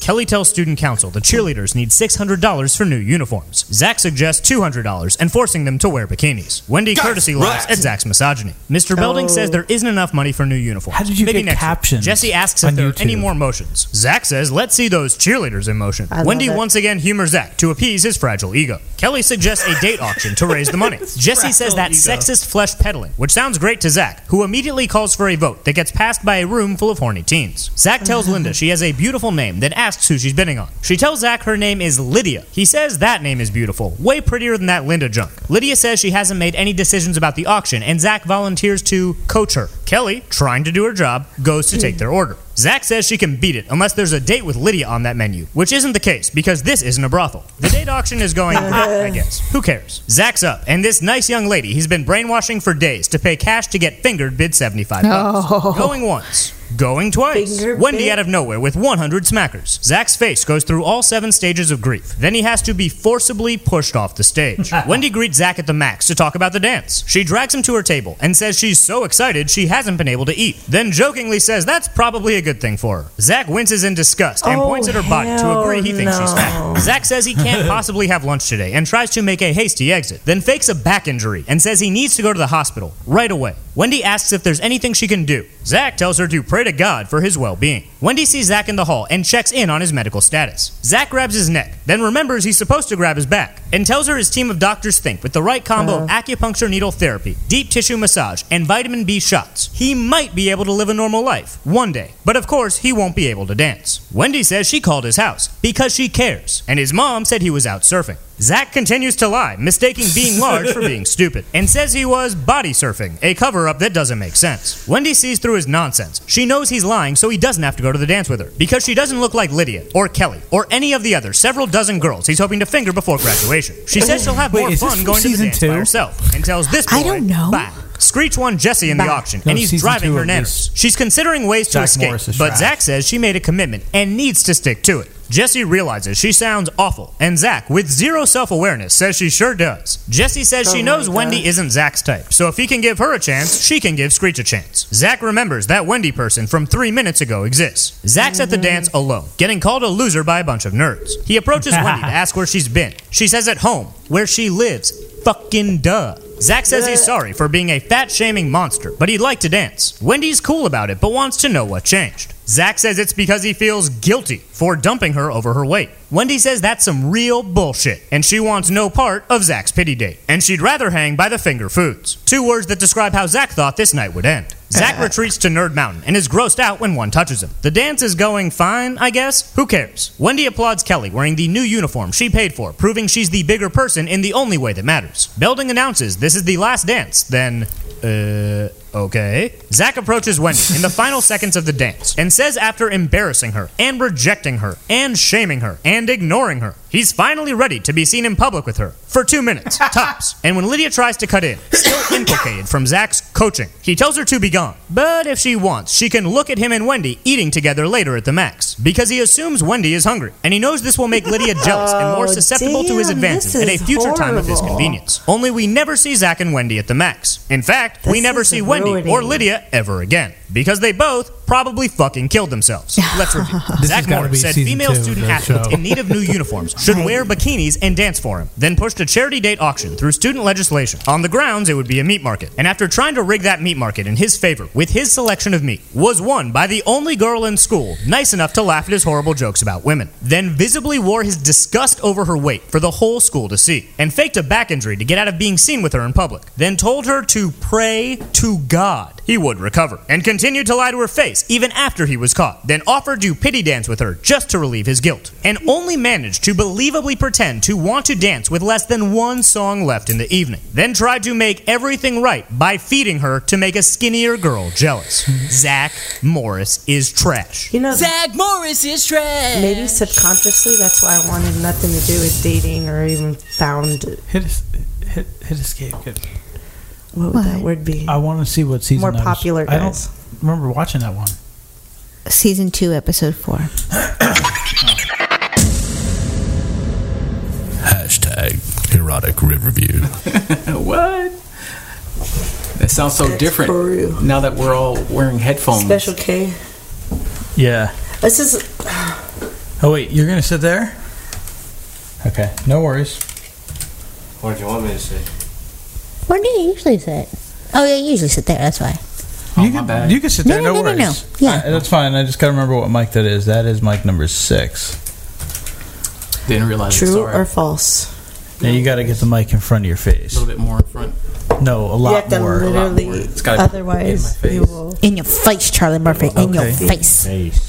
Speaker 18: Kelly tells student council the cheerleaders need $600 for new uniforms. Zach suggests $200 and forcing them to wear bikinis. Wendy
Speaker 19: Guys,
Speaker 18: courtesy
Speaker 19: relax.
Speaker 18: laughs at Zach's misogyny. Mr. Belding
Speaker 19: Oh.
Speaker 18: says there isn't enough money for new uniforms.
Speaker 19: How did you
Speaker 18: Maybe
Speaker 19: get
Speaker 18: next year.
Speaker 19: captions
Speaker 18: Jesse asks if
Speaker 19: on
Speaker 18: there are
Speaker 19: YouTube?
Speaker 18: any more motions. Zach says, let's see those cheerleaders in motion.
Speaker 19: I love
Speaker 18: Wendy
Speaker 19: it.
Speaker 18: once again humors Zach to appease his fragile ego. Kelly suggests a date auction to raise the money. Jesse says
Speaker 19: fragile
Speaker 18: that's
Speaker 19: ego.
Speaker 18: sexist flesh peddling, which sounds great to Zach, who immediately calls for a vote that gets passed by a room full of horny teens. Zach tells Linda she has a beautiful name, then asks who she's bidding on. She tells Zach her name is Lydia. He says that name is beautiful, way prettier than that Linda junk. Lydia says she hasn't made any decisions about the auction, and Zach volunteers to coach her. Kelly, trying to do her job, goes to take their order. Zach says she can beat it unless there's a date with Lydia on that menu, which isn't the case because this isn't a brothel. The date auction is going, I guess. Who cares? Zach's up, and this nice young lady he's been brainwashing for days to pay cash to get fingered bid 75 bucks.
Speaker 19: Oh.
Speaker 18: Going once. Going twice. Wendy out of nowhere with 100 smackers. Zach's face goes through all seven stages of grief. Then he has to be forcibly pushed off the stage. Wendy greets Zach at the max to talk about the dance. She drags him to her table and says she's so excited she hasn't been able to eat. Then jokingly says that's probably a good thing for her. Zach winces in disgust and
Speaker 19: Oh,
Speaker 18: points at her body to
Speaker 19: hell
Speaker 18: agree he thinks she's
Speaker 19: no.
Speaker 18: fat. Zach says he can't possibly have lunch today and tries to make a hasty exit, then fakes a back injury and says he needs to go to the hospital right away. Wendy asks if there's anything she can do. Zach tells her to pray to God for his well being. Wendy sees Zach in the hall and checks in on his medical status. Zach grabs his neck, then remembers he's supposed to grab his back, and tells her his team of doctors think with the right combo of acupuncture needle therapy, deep tissue massage, and vitamin B shots, he might be able to live a normal life one day. But of course, he won't be able to dance. Wendy says she called his house because she cares, and his mom said he was out surfing. Zach continues to lie, mistaking being large for being stupid, and says he was body surfing, a cover up that doesn't make sense. Wendy sees through his nonsense. She knows he's lying, so he doesn't have to go to the dance with her, because she doesn't look like Lydia, or Kelly, or any of the other several dozen girls he's hoping to finger before graduation. She says she'll have
Speaker 19: Wait,
Speaker 18: more
Speaker 19: is this
Speaker 18: fun
Speaker 19: from
Speaker 18: going to the
Speaker 19: season
Speaker 18: dance
Speaker 19: two?
Speaker 18: by herself, and tells this boy, I don't know. Bye. Screech won Jesse in the auction,
Speaker 19: No,
Speaker 18: and he's
Speaker 19: season
Speaker 18: driving
Speaker 19: two
Speaker 18: her
Speaker 19: of
Speaker 18: nanners. She's considering ways to
Speaker 19: Zach
Speaker 18: escape,
Speaker 19: Morris is
Speaker 18: but
Speaker 19: trash.
Speaker 18: Zach Zach says she made a commitment and needs to stick to it. Jesse realizes she sounds awful, and Zach, with zero self awareness, says she sure does. Jesse says she
Speaker 19: Oh
Speaker 18: knows
Speaker 19: my
Speaker 18: Wendy
Speaker 19: God.
Speaker 18: isn't Zach's type, so if he can give her a chance, she can give Screech a chance. Zach remembers that Wendy person from three minutes ago exists. Zach's at the dance alone, getting called a loser by a bunch of nerds. He approaches Wendy to ask where she's been. She says at home, where she lives. Fucking duh. Zach says he's sorry for being a fat shaming monster, but he'd like to dance. Wendy's cool about it, but wants to know what changed. Zach says it's because he feels guilty for dumping her over her weight. Wendy says that's some real bullshit, and she wants no part of Zach's pity date, and she'd rather hang by the finger foods. Two words that describe how Zach thought this night would end. Zach retreats to Nerd Mountain and is grossed out when one touches him. The dance is going fine, I guess. Who cares? Wendy applauds Kelly wearing the new uniform she paid for, proving she's the bigger person in the only way that matters. Belding announces this is the last dance, then. Uh, okay. Zach approaches Wendy in the final seconds of the dance and says, after embarrassing her and rejecting her and shaming her and ignoring her, he's finally ready to be seen in public with her for two minutes, tops. And when Lydia tries to cut in, still implicated from Zach's coaching, he tells her to be gone. But if she wants, she can look at him and Wendy eating together later at the max because he assumes Wendy is hungry and he knows this will make Lydia jealous and more
Speaker 19: Oh,
Speaker 18: susceptible to his
Speaker 19: damn,
Speaker 18: advances
Speaker 19: this
Speaker 18: at a
Speaker 19: is
Speaker 18: future time of his
Speaker 19: horrible.
Speaker 18: convenience convenience. Only we never see Zach and Wendy at the max. In fact, we
Speaker 19: This
Speaker 18: never
Speaker 19: is
Speaker 18: see Wendy
Speaker 19: ruining
Speaker 18: or
Speaker 19: it.
Speaker 18: Lydia ever again because they both probably fucking killed themselves. Let's review.
Speaker 19: This has
Speaker 18: Zach
Speaker 19: gotta be
Speaker 18: Morris said
Speaker 19: season two
Speaker 18: female
Speaker 19: of
Speaker 18: student
Speaker 19: the
Speaker 18: athletes
Speaker 19: show.
Speaker 18: in need of new uniforms should wear bikinis and dance for him. Then pushed a charity date auction through student legislation on the grounds it would be a meat market. And after trying to rig that meat market in his favor with his selection of meat, was won by the only girl in school nice enough to laugh at his horrible jokes about women. Then visibly wore his disgust over her weight for the whole school to see, and faked a back injury to get out of being seen with her in public. Then told her to pray to God he would recover, and continued to lie to her face even after he was caught. Then offered to pity dance with her just to relieve his guilt, and only managed to believably pretend to want to dance with less than one song left in the evening. Then tried to make everything right by feeding her to make a skinnier girl jealous. Zach Morris is trash.
Speaker 5: You know,
Speaker 19: Zach Morris is trash.
Speaker 5: Maybe subconsciously that's why I wanted nothing to do with dating or even found. Hit, hit, hit escape. What would that word be?
Speaker 2: I want to see what season
Speaker 5: More
Speaker 2: that was.
Speaker 5: popular
Speaker 2: I
Speaker 5: guys.
Speaker 2: don't remember watching that one.
Speaker 7: Season 2, episode 4.
Speaker 20: Hashtag erotic review.
Speaker 19: what?
Speaker 20: That sounds so different now that we're all wearing headphones.
Speaker 5: Special K.
Speaker 2: Yeah.
Speaker 5: This is.
Speaker 2: Oh wait, you're gonna sit there? Okay, no worries.
Speaker 21: What do you want me to say?
Speaker 7: Where do you usually sit? Oh, yeah, you usually sit there. That's why.
Speaker 2: you can you can sit
Speaker 7: No,
Speaker 2: there.
Speaker 7: no,
Speaker 2: No,
Speaker 7: no, no,
Speaker 2: worries.
Speaker 7: no. Yeah.
Speaker 2: Uh, that's fine. I just gotta remember what mic that is. That is mic number six.
Speaker 20: Didn't realize. it,
Speaker 2: True
Speaker 20: sorry.
Speaker 2: or
Speaker 5: false?
Speaker 2: Now you gotta get the mic in front of your face. A little
Speaker 20: bit more in front.
Speaker 2: No, a
Speaker 5: you
Speaker 2: lot
Speaker 5: have to
Speaker 2: more.
Speaker 5: literally, otherwise, you will.
Speaker 7: In your face, Charlie Murphy. In your
Speaker 5: Okay.
Speaker 7: face.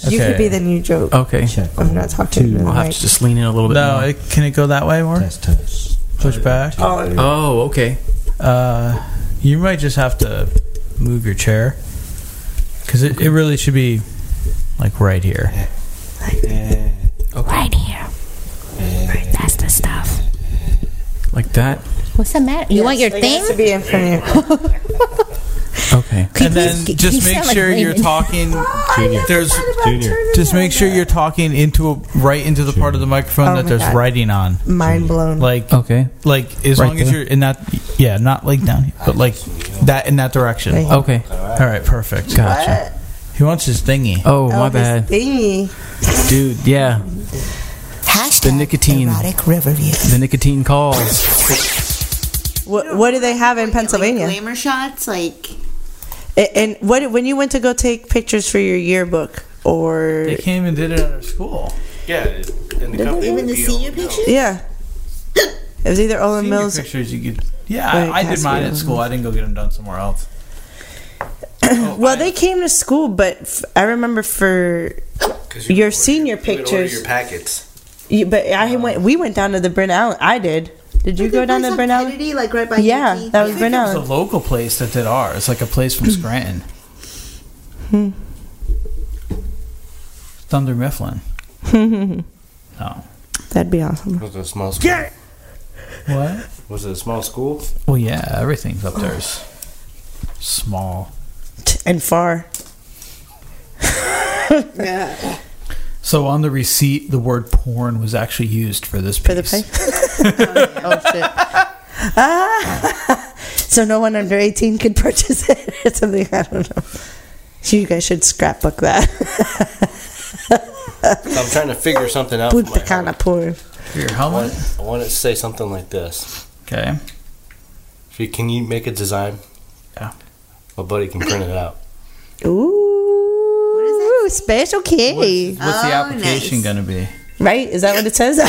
Speaker 5: You could be the new joke.
Speaker 20: Okay.
Speaker 5: I'm not talking to
Speaker 20: I'll have to just lean in a little bit.
Speaker 2: No,
Speaker 20: more.
Speaker 2: it, can it go that way more? Push back.
Speaker 5: Oh,
Speaker 20: Oh, okay.
Speaker 2: Uh, you might just have to move your chair because it, it really should be like right here.
Speaker 4: Uh,
Speaker 7: Right here. Right, that's the stuff.
Speaker 20: Like that.
Speaker 7: What's the matter? You want your
Speaker 5: it
Speaker 7: thing?
Speaker 5: has to be in front of you.
Speaker 20: Okay.
Speaker 2: and then
Speaker 7: please-
Speaker 2: just
Speaker 7: you
Speaker 2: make
Speaker 7: sound like
Speaker 2: sure you're
Speaker 7: Raymond.
Speaker 2: talking. Oh, There's just make sure you're talking into a right into the part of the microphone
Speaker 5: Oh
Speaker 2: that
Speaker 5: my
Speaker 2: there's
Speaker 5: God.
Speaker 2: writing on.
Speaker 5: Mind blown.
Speaker 2: Like
Speaker 20: okay,
Speaker 2: like as
Speaker 20: Right
Speaker 2: long as
Speaker 20: there?
Speaker 2: you're in that yeah, not like down here, but like that in that direction.
Speaker 5: Right here.
Speaker 20: Okay.
Speaker 2: all right, perfect.
Speaker 20: Gotcha.
Speaker 2: He wants his thingy.
Speaker 20: Oh, my
Speaker 5: Oh, this
Speaker 20: bad,
Speaker 5: thingy.
Speaker 20: dude. Yeah. the nicotine.
Speaker 7: Erotic Riverview.
Speaker 20: The nicotine calls.
Speaker 5: What, what do they have in Pennsylvania?
Speaker 22: glamour shots, like
Speaker 5: A- And what when you went to go take pictures for your yearbook or
Speaker 2: They came and did it at our school.
Speaker 21: Yeah, in the company.
Speaker 22: even the senior picture.
Speaker 5: yeah, it was either Olin
Speaker 2: Senior
Speaker 5: Mills.
Speaker 2: pictures you could. Yeah,
Speaker 5: Wait,
Speaker 2: I, I did
Speaker 5: has
Speaker 2: mine
Speaker 5: to be
Speaker 2: at
Speaker 5: Olin
Speaker 2: school. I didn't go get them done somewhere else. Oh,
Speaker 5: well, they came to school, but f- I remember for your senior pictures.
Speaker 21: Your packets.
Speaker 5: you, but
Speaker 2: Uh-huh.
Speaker 5: I went. We went down to the Bryn Allen. I did. Did you go down to Bryn Allen?
Speaker 22: Kennedy, like right by
Speaker 5: Yeah,
Speaker 22: Yuki?
Speaker 5: that was Bryn
Speaker 2: It
Speaker 5: Allen.
Speaker 2: was a local place that did ours, like a place from Scranton.
Speaker 5: Hmm.
Speaker 2: Thunder Mifflin.
Speaker 5: That'd
Speaker 2: Oh.
Speaker 5: be awesome.
Speaker 21: Was it a small school?
Speaker 2: What?
Speaker 21: Was it a small school?
Speaker 2: Well, yeah, everything's up there is small.
Speaker 5: And far.
Speaker 2: So on the receipt, the word porn was actually used for this piece.
Speaker 5: For the pay. oh shit. Ah, so no one under eighteen could purchase it or something. I don't know. So you guys should scrapbook that.
Speaker 21: I'm trying to figure something out. for my-
Speaker 5: Punta porn.
Speaker 2: For your helmet?
Speaker 21: I want it to say something like this.
Speaker 2: Okay.
Speaker 21: If you- Can you make a design?
Speaker 2: Yeah.
Speaker 21: My buddy can print it out.
Speaker 5: Ooh. What is that? Special K.
Speaker 2: What's
Speaker 3: Oh,
Speaker 2: the application going to be?
Speaker 5: Right? Is that what it says?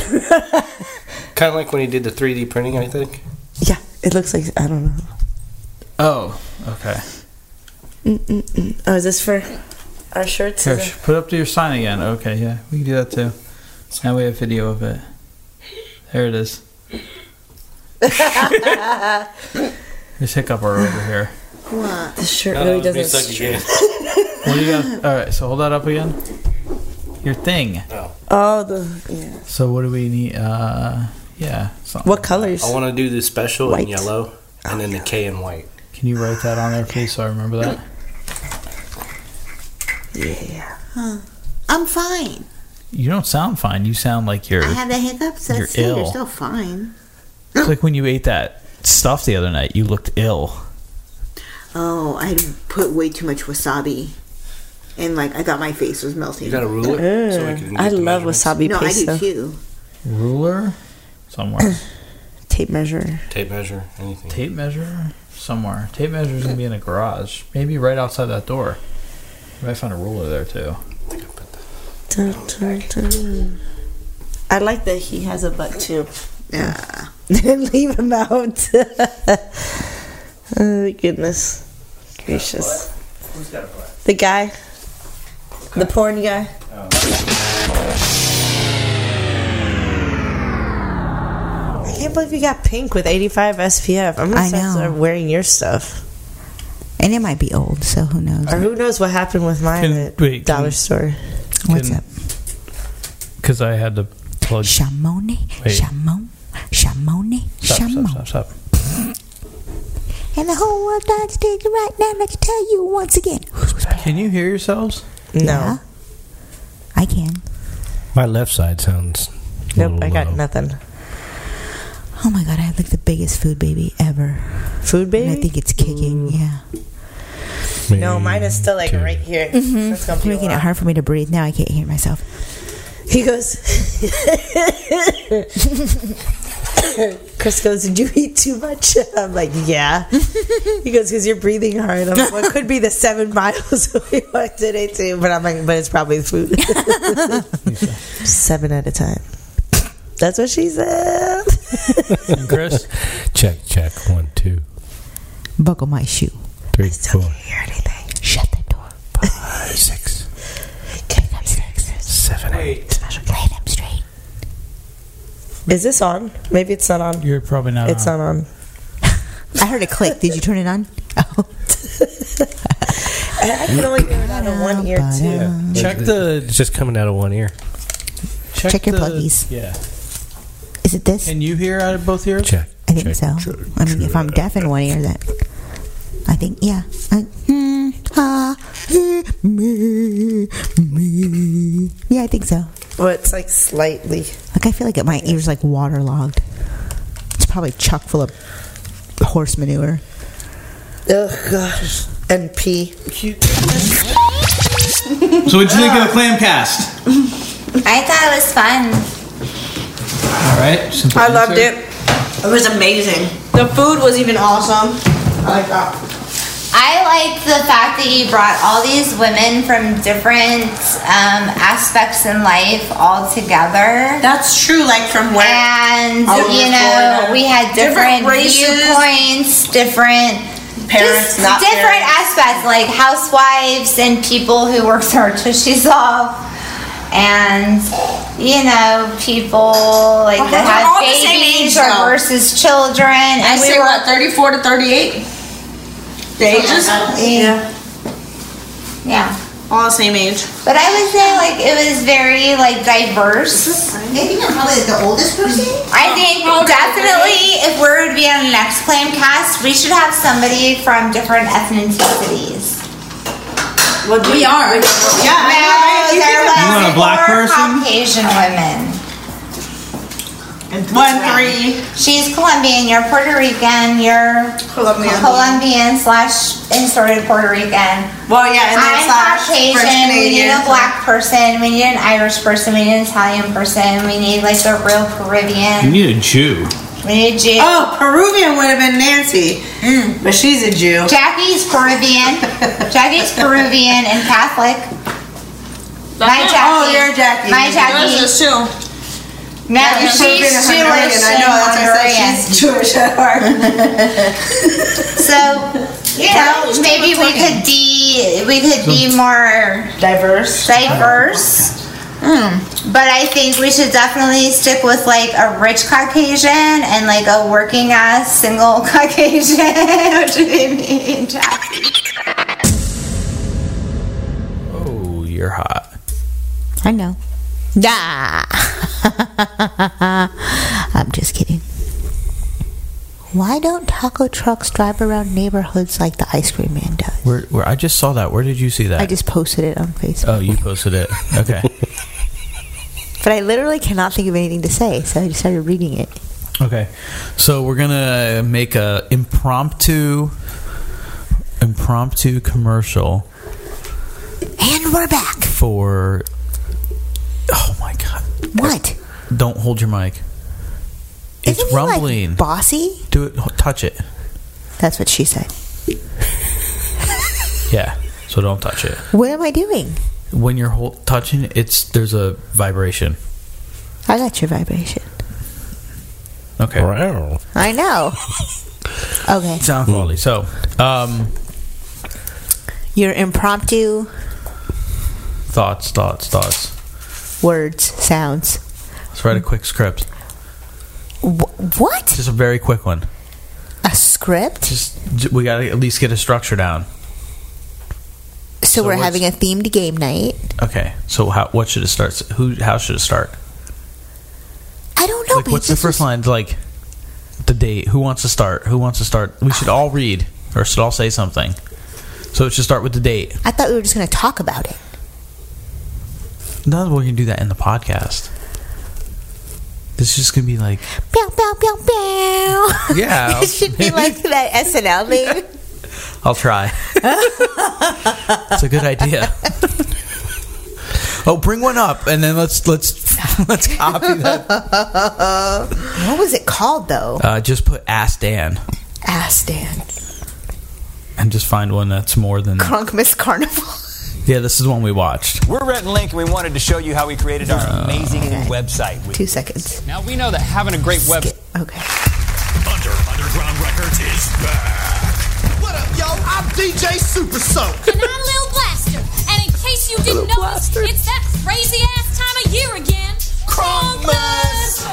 Speaker 21: Kind of like when he did the 3D printing, I think.
Speaker 5: yeah. It looks like I don't know.
Speaker 2: Oh, okay.
Speaker 5: Mm-mm-mm. Oh, is this for our shirts?
Speaker 2: Here, sh- put up to your sign again. Okay, yeah, we can do that too. Now we have video of it. There it is. This hiccuper over here.
Speaker 22: What?
Speaker 5: The shirt really
Speaker 21: that was me
Speaker 5: doesn't.
Speaker 21: sucking again.
Speaker 2: What do you got? All right, so hold that up again. Your thing.
Speaker 5: Oh, the yeah.
Speaker 2: So what do we need? Uh, yeah. Something.
Speaker 5: What colors?
Speaker 21: I want to do the special
Speaker 5: White. Oh,
Speaker 21: in yellow and then the K in white.
Speaker 2: Can you write that on there, please, so I remember that?
Speaker 5: Yeah.
Speaker 22: Huh. I'm fine.
Speaker 2: You don't sound fine. You sound like you're.
Speaker 22: I have the hiccups.
Speaker 2: you're
Speaker 22: That's it. You're
Speaker 2: ill.
Speaker 22: still fine.
Speaker 2: It's like when you ate that stuff the other night. You looked ill.
Speaker 22: Oh, I put way too much wasabi, and like I thought my face was melting.
Speaker 21: You got a ruler? So I can
Speaker 5: I love wasabi
Speaker 22: no,
Speaker 5: pesto.
Speaker 22: I do too.
Speaker 2: Ruler? Somewhere.
Speaker 5: Tape measure.
Speaker 21: Tape measure, anything.
Speaker 2: Tape measure? Somewhere. Tape measure's gonna be in a garage. Maybe right outside that door. You might find a ruler there too.
Speaker 5: Dun, dun, dun. I like that he has a butt too.
Speaker 22: Yeah.
Speaker 5: Leave him out. oh, goodness gracious.
Speaker 21: Who's got a butt?
Speaker 5: The guy. The porn guy. I can't believe you got pink with 85 SPF. I'm gonna
Speaker 7: I
Speaker 5: start
Speaker 7: know.
Speaker 5: start wearing your stuff.
Speaker 7: And it might be old, so who knows?
Speaker 5: Or who knows what happened with mine
Speaker 2: Can-
Speaker 5: at
Speaker 2: wait,
Speaker 5: Dollar
Speaker 2: can-
Speaker 5: Store.
Speaker 7: What's
Speaker 2: Can-
Speaker 7: up?
Speaker 2: Cause I had to plug
Speaker 7: Shamone,
Speaker 2: Wait.
Speaker 7: shamone, shamone,
Speaker 2: Stop,
Speaker 7: shamone.
Speaker 2: stop, stop, stop.
Speaker 7: And the whole world does take it right now. Let me tell you once again.
Speaker 2: Can you hear yourselves?
Speaker 5: No.
Speaker 7: Yeah. I can.
Speaker 8: My left side sounds. a
Speaker 5: Nope,
Speaker 8: little
Speaker 5: I got
Speaker 8: low.
Speaker 5: nothing.
Speaker 7: Oh my god, I have like the biggest food baby ever.
Speaker 5: Food
Speaker 7: And I
Speaker 5: baby?
Speaker 7: think it's kicking, yeah.
Speaker 5: No, mine is still like right here. Mm-hmm. That's gonna
Speaker 7: It's
Speaker 5: be a
Speaker 7: making it
Speaker 5: lot.
Speaker 7: hard for me to breathe. Now I can't hear myself.
Speaker 23: He goes. Chris goes, Did you eat too much? I'm like, Yeah. he goes, Because you're breathing hard. I'm like, Well, it could be the seven miles we walked today, too. But I'm like, But it's probably the food. seven at a time. That's what she said.
Speaker 8: And Chris? Check, check. One, two,
Speaker 7: Buckle my shoe.
Speaker 8: three, four.
Speaker 7: Shut the door.
Speaker 8: Five, six. Take up six. Seven, eight.
Speaker 7: I'm straight.
Speaker 23: Is this on? Maybe it's not on.
Speaker 2: You're probably not.
Speaker 23: It's not on.
Speaker 7: I heard a click. Did you turn it on?
Speaker 23: And I can only do it out of one ear, too.
Speaker 2: Check the.
Speaker 3: It's just coming out of one ear.
Speaker 7: Check, your
Speaker 2: the-
Speaker 7: pluggies.
Speaker 2: Yeah.
Speaker 7: Is it this?
Speaker 2: Can you hear out of both ears?
Speaker 8: Check.
Speaker 7: I think so. I mean, if I'm deaf in one ear, then I think yeah. I, mm, ah, eh, me, me. Yeah, I think so.
Speaker 23: Well, it's like slightly.
Speaker 7: Like I feel like my ears like waterlogged. It's probably chock full of horse manure.
Speaker 23: Oh, gosh. And pee.
Speaker 20: So what'd you think of the clam cast?
Speaker 24: I thought it was fun.
Speaker 20: All right. simple
Speaker 10: I loved
Speaker 20: answer.
Speaker 10: it. It was amazing. The food was even awesome. I like that.
Speaker 24: I liked the fact that you brought all these women from different um, aspects in life all together.
Speaker 10: That's true, like from where?
Speaker 24: And,
Speaker 10: All over
Speaker 24: you know,
Speaker 10: Florida.
Speaker 24: we had different,
Speaker 10: Different races.
Speaker 24: viewpoints, different.
Speaker 10: Parents,
Speaker 24: just
Speaker 10: not
Speaker 24: different
Speaker 10: parents.
Speaker 24: aspects like housewives and people who work their tushies off, and you know people like
Speaker 10: Well, we're
Speaker 24: that
Speaker 10: all
Speaker 24: have
Speaker 10: the same
Speaker 24: babies
Speaker 10: age,
Speaker 24: or
Speaker 10: though.
Speaker 24: versus children.
Speaker 10: I
Speaker 24: And
Speaker 10: say,
Speaker 24: we were
Speaker 10: what, 34 to 38? The ages? Yeah.
Speaker 24: yeah.
Speaker 10: All the same age.
Speaker 24: But I would say like it was very like diverse. I think I'm probably the oldest person. I think definitely if we're to be on the next claim cast, we should have somebody from different ethnicities.
Speaker 10: Well, we are. Yeah, I know, right?
Speaker 24: no,
Speaker 10: You
Speaker 24: there
Speaker 10: think
Speaker 24: was
Speaker 10: about
Speaker 20: You want a black
Speaker 24: four
Speaker 20: person?
Speaker 24: Caucasian women.
Speaker 10: One, three.
Speaker 24: She's Colombian. You're Puerto Rican. You're
Speaker 10: Colombian.
Speaker 24: Colombian slash inserted Puerto Rican.
Speaker 10: Well, yeah, and then
Speaker 24: I'm
Speaker 10: slash
Speaker 24: Caucasian.
Speaker 10: French
Speaker 24: We need
Speaker 10: Canadian.
Speaker 24: a black person. We need an Irish person. We need an Italian person. We need like the real
Speaker 20: You
Speaker 24: Caribbean.
Speaker 20: need a Jew.
Speaker 24: We need a Jew.
Speaker 10: Oh, Peruvian would have been Nancy, but she's a Jew.
Speaker 24: Mm. Jackie's Peruvian. Jackie's Peruvian and Catholic. My
Speaker 10: That's it.
Speaker 24: Jackie.
Speaker 10: Oh, you're Jackie. Yours
Speaker 24: My Jackie.
Speaker 10: is too.
Speaker 24: No,
Speaker 10: Jackie's
Speaker 24: she's
Speaker 10: Peruvian
Speaker 24: Jewish.
Speaker 10: and Hungarian. I know, that's what I said.
Speaker 24: and
Speaker 10: She's Jewish at heart.
Speaker 24: so you know, maybe we could be we could be more
Speaker 10: diverse.
Speaker 24: Diverse. Mm. But I think we should definitely stick with like a rich Caucasian and like a working ass single Caucasian, which would be me and Jackie.
Speaker 2: Oh, you're hot.
Speaker 7: I know. Yeah. I'm just kidding. Why don't taco trucks drive around neighborhoods like the ice cream man does?
Speaker 2: Where, where I just saw that. Where did you see that?
Speaker 7: I just posted it on Facebook.
Speaker 2: Oh, you posted it. Okay.
Speaker 7: But I literally cannot think of anything to say, so I just started reading it.
Speaker 2: okay. So we're gonna make a impromptu, impromptu commercial
Speaker 7: And we're back.
Speaker 2: for. Oh my god!
Speaker 7: What?
Speaker 2: Don't hold your mic. It's
Speaker 7: Isn't he, like,
Speaker 2: rumbling.
Speaker 7: bossy?
Speaker 2: Do it. Touch it.
Speaker 7: That's what she said.
Speaker 2: Yeah. So don't touch it.
Speaker 7: What am I doing?
Speaker 2: When you're hold, touching, it, it's there's a vibration.
Speaker 7: I got your vibration.
Speaker 2: Okay.
Speaker 7: I know. Okay.
Speaker 2: Sound quality. So, um,
Speaker 7: Your impromptu
Speaker 2: thoughts, thoughts, thouts.
Speaker 7: words, sounds.
Speaker 2: Let's write a quick script.
Speaker 7: Wh- what?
Speaker 2: Just a very quick one.
Speaker 7: A script?
Speaker 2: Just j- we gotta at least get a structure down.
Speaker 7: So,
Speaker 2: So
Speaker 7: we're
Speaker 2: what's-
Speaker 7: having a themed game night.
Speaker 2: Okay. So how what should it start? Who how should it start?
Speaker 7: I don't know.
Speaker 2: Like what's the first line? Like the date. Who wants to start? Who wants to start? We should all read or should all say something. So it should start with the date.
Speaker 7: I thought we were just going to talk about it.
Speaker 2: No, we can do that in the podcast. This is just gonna be like
Speaker 7: Bow, bow, bow, bow.
Speaker 2: Yeah.
Speaker 7: it should be like that SNL thing.
Speaker 2: I'll try. it's a good idea. Oh, bring one up, and then let's let's let's copy that.
Speaker 7: what was it called though?
Speaker 2: Uh, just put ass Dan
Speaker 7: Ass Dan.
Speaker 2: and just find one that's more than.
Speaker 7: Crunk Miss Carnival.
Speaker 2: Yeah, this is one we watched.
Speaker 25: We're Rhett and Link, and we wanted to show you how we created our amazing new website.
Speaker 7: Two seconds.
Speaker 25: Now we know that having a great web.
Speaker 11: Thunder Underground Records is back. What up, yo? I'm DJ Super Soak.
Speaker 26: And I'm Lil Blaster. And in case you didn't know, it's that crazy ass time of year again. Christmas.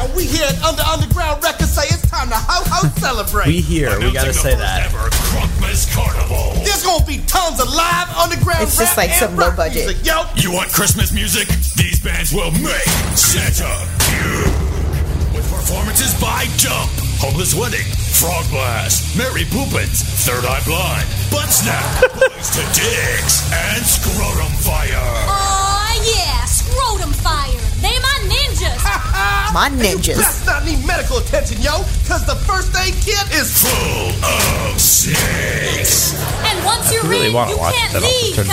Speaker 11: And we here at Under Underground Records say it's time to ho ho celebrate.
Speaker 2: We here, we gotta say that.
Speaker 11: Christmas Carnival. There's gonna be tons of live underground.
Speaker 7: It's just
Speaker 11: rap
Speaker 7: like some
Speaker 11: and
Speaker 7: low
Speaker 11: rock
Speaker 7: budget.
Speaker 11: Music, yo. You want Christmas music? These bands will make Santa puke. With performances by Jump, Homeless Wedding, Frog Blast, Mary Poopins, Third Eye Blind, Butt Snap, Boys to Dicks, and Scrotum Fire.
Speaker 26: Oh, yeah. Scrotum fire. They my ninjas.
Speaker 7: My
Speaker 11: You best not need medical attention, yo, cause the first aid kit is full of six.
Speaker 26: and once you're in, you can't leave, cuz.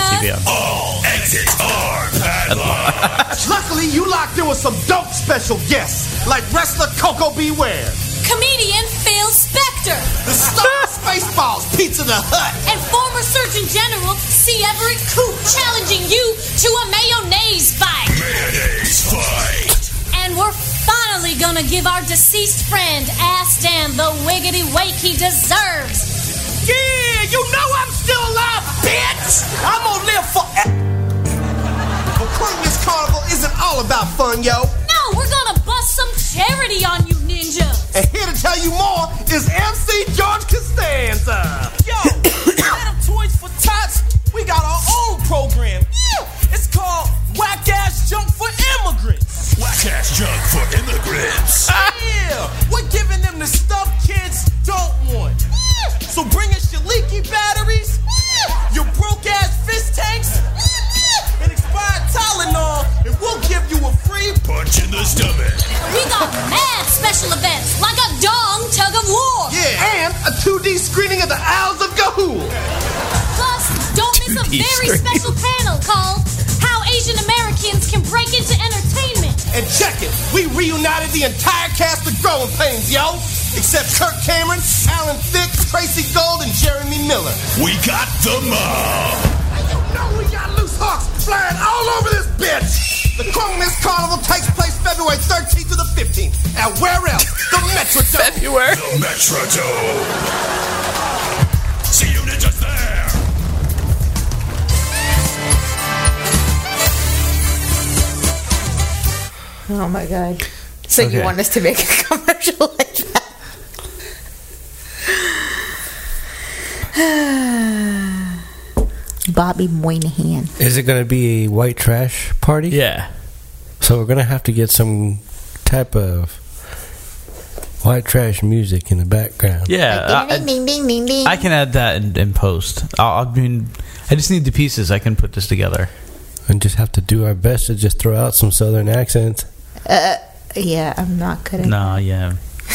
Speaker 11: All exits are padlocked. Luckily, you locked in with some dope special guests, like wrestler Coco Beware.
Speaker 26: Comedian Phil Spector.
Speaker 11: The star of Spaceballs, Pizza the Hut.
Speaker 26: And former Surgeon General C. Everett Koop challenging you to a mayonnaise fight.
Speaker 11: Mayonnaise fight.
Speaker 26: And we're finally gonna give our deceased friend Ass Dan the wiggity wake he deserves.
Speaker 11: Yeah, you know I'm still alive, bitch! I'm gonna live for. e- But Christmas Carnival isn't all about fun, yo.
Speaker 26: No, we're gonna bust some charity on you, ninja.
Speaker 11: And here to tell you more is MC George Costanza.
Speaker 25: Yo, Adam Toys for Tots, we got our own program. It's called Whack Ass Junk for Immigrants.
Speaker 11: Whack ass junk for immigrants.
Speaker 25: Yeah, we're giving them the stuff kids don't want. So bring us your leaky batteries, your broke ass fist tanks, and expired Tylenol, and we'll give you a free.
Speaker 11: Punch in the stomach.
Speaker 26: And we got mad special events like a dong tug of war.
Speaker 11: Yeah, and a 2D screening of the Isles of Gahool.
Speaker 26: Plus, don't miss a
Speaker 11: Dude,
Speaker 26: very
Speaker 11: straight.
Speaker 26: special panel called How Asian Americans Can Break Into Entertainment.
Speaker 11: And check it, we reunited the entire cast of Growing Pains, yo. Except Kirk Cameron, Alan Thicke, Tracy Gold, and Jeremy Miller. We got the mob. You know we got loose hawks flying all over this bitch. The Cronus Carnival takes place February 13th to the 15th. And where else? The Metrodome. February. The Metrodome. See you ninjas there.
Speaker 7: Oh my god. So
Speaker 2: Okay.
Speaker 7: you want us to make a commercial like that? Bobby Moynihan.
Speaker 3: Is it going to be a white trash party?
Speaker 2: Yeah.
Speaker 3: So we're going to have to get some type of white trash music in the background.
Speaker 2: Yeah, I,
Speaker 7: ding ding ding ding ding.
Speaker 2: I can add that in, in post. i I mean, I just need the pieces. I can put this together.
Speaker 3: And just have to do our best to just throw out some southern accents.
Speaker 7: Uh, yeah, I'm not good at
Speaker 2: Nah, yeah.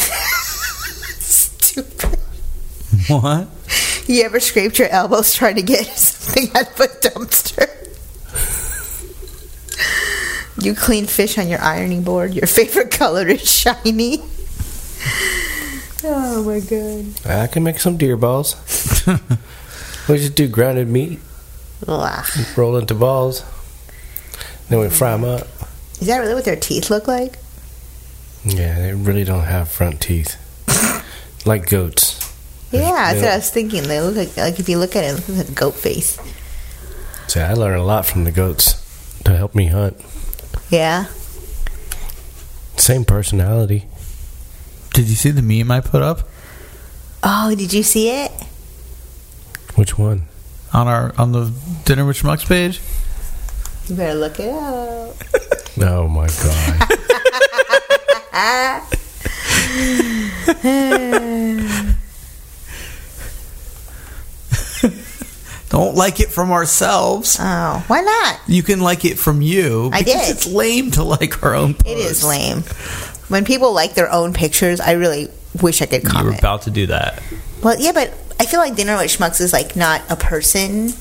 Speaker 7: stupid.
Speaker 2: What?
Speaker 7: You ever scraped your elbows trying to get something out of a dumpster? you clean fish on your ironing board. Your favorite color is shiny. Oh my god.
Speaker 3: I can make some deer balls. we just do grounded meat,
Speaker 7: Blah.
Speaker 3: roll into balls, then we fry them up.
Speaker 7: Is that really what their teeth look like?
Speaker 3: Yeah, they really don't have front teeth. like goats.
Speaker 7: Yeah, that's what
Speaker 3: Yeah.
Speaker 7: I was thinking. They look like, like if you look at it, it looks like a goat face.
Speaker 3: See, I learned a lot from the goats to help me hunt.
Speaker 7: Yeah.
Speaker 3: Same personality.
Speaker 2: Did you see the meme I put up
Speaker 7: Oh, did you see it?
Speaker 3: Which one?
Speaker 2: on our on the dinner with schmucks page?
Speaker 7: You better look it up.
Speaker 3: Oh my god.
Speaker 2: Don't like it from ourselves.
Speaker 7: Oh, why not?
Speaker 2: You can like it from you.
Speaker 7: I
Speaker 2: because
Speaker 7: did.
Speaker 2: It's lame to like our own. Posts.
Speaker 7: It is lame. When people like their own pictures, I really wish I could
Speaker 2: You were
Speaker 7: comment.
Speaker 2: about to do that.
Speaker 7: Well, yeah, but I feel like Dinner with Schmucks is like not a person.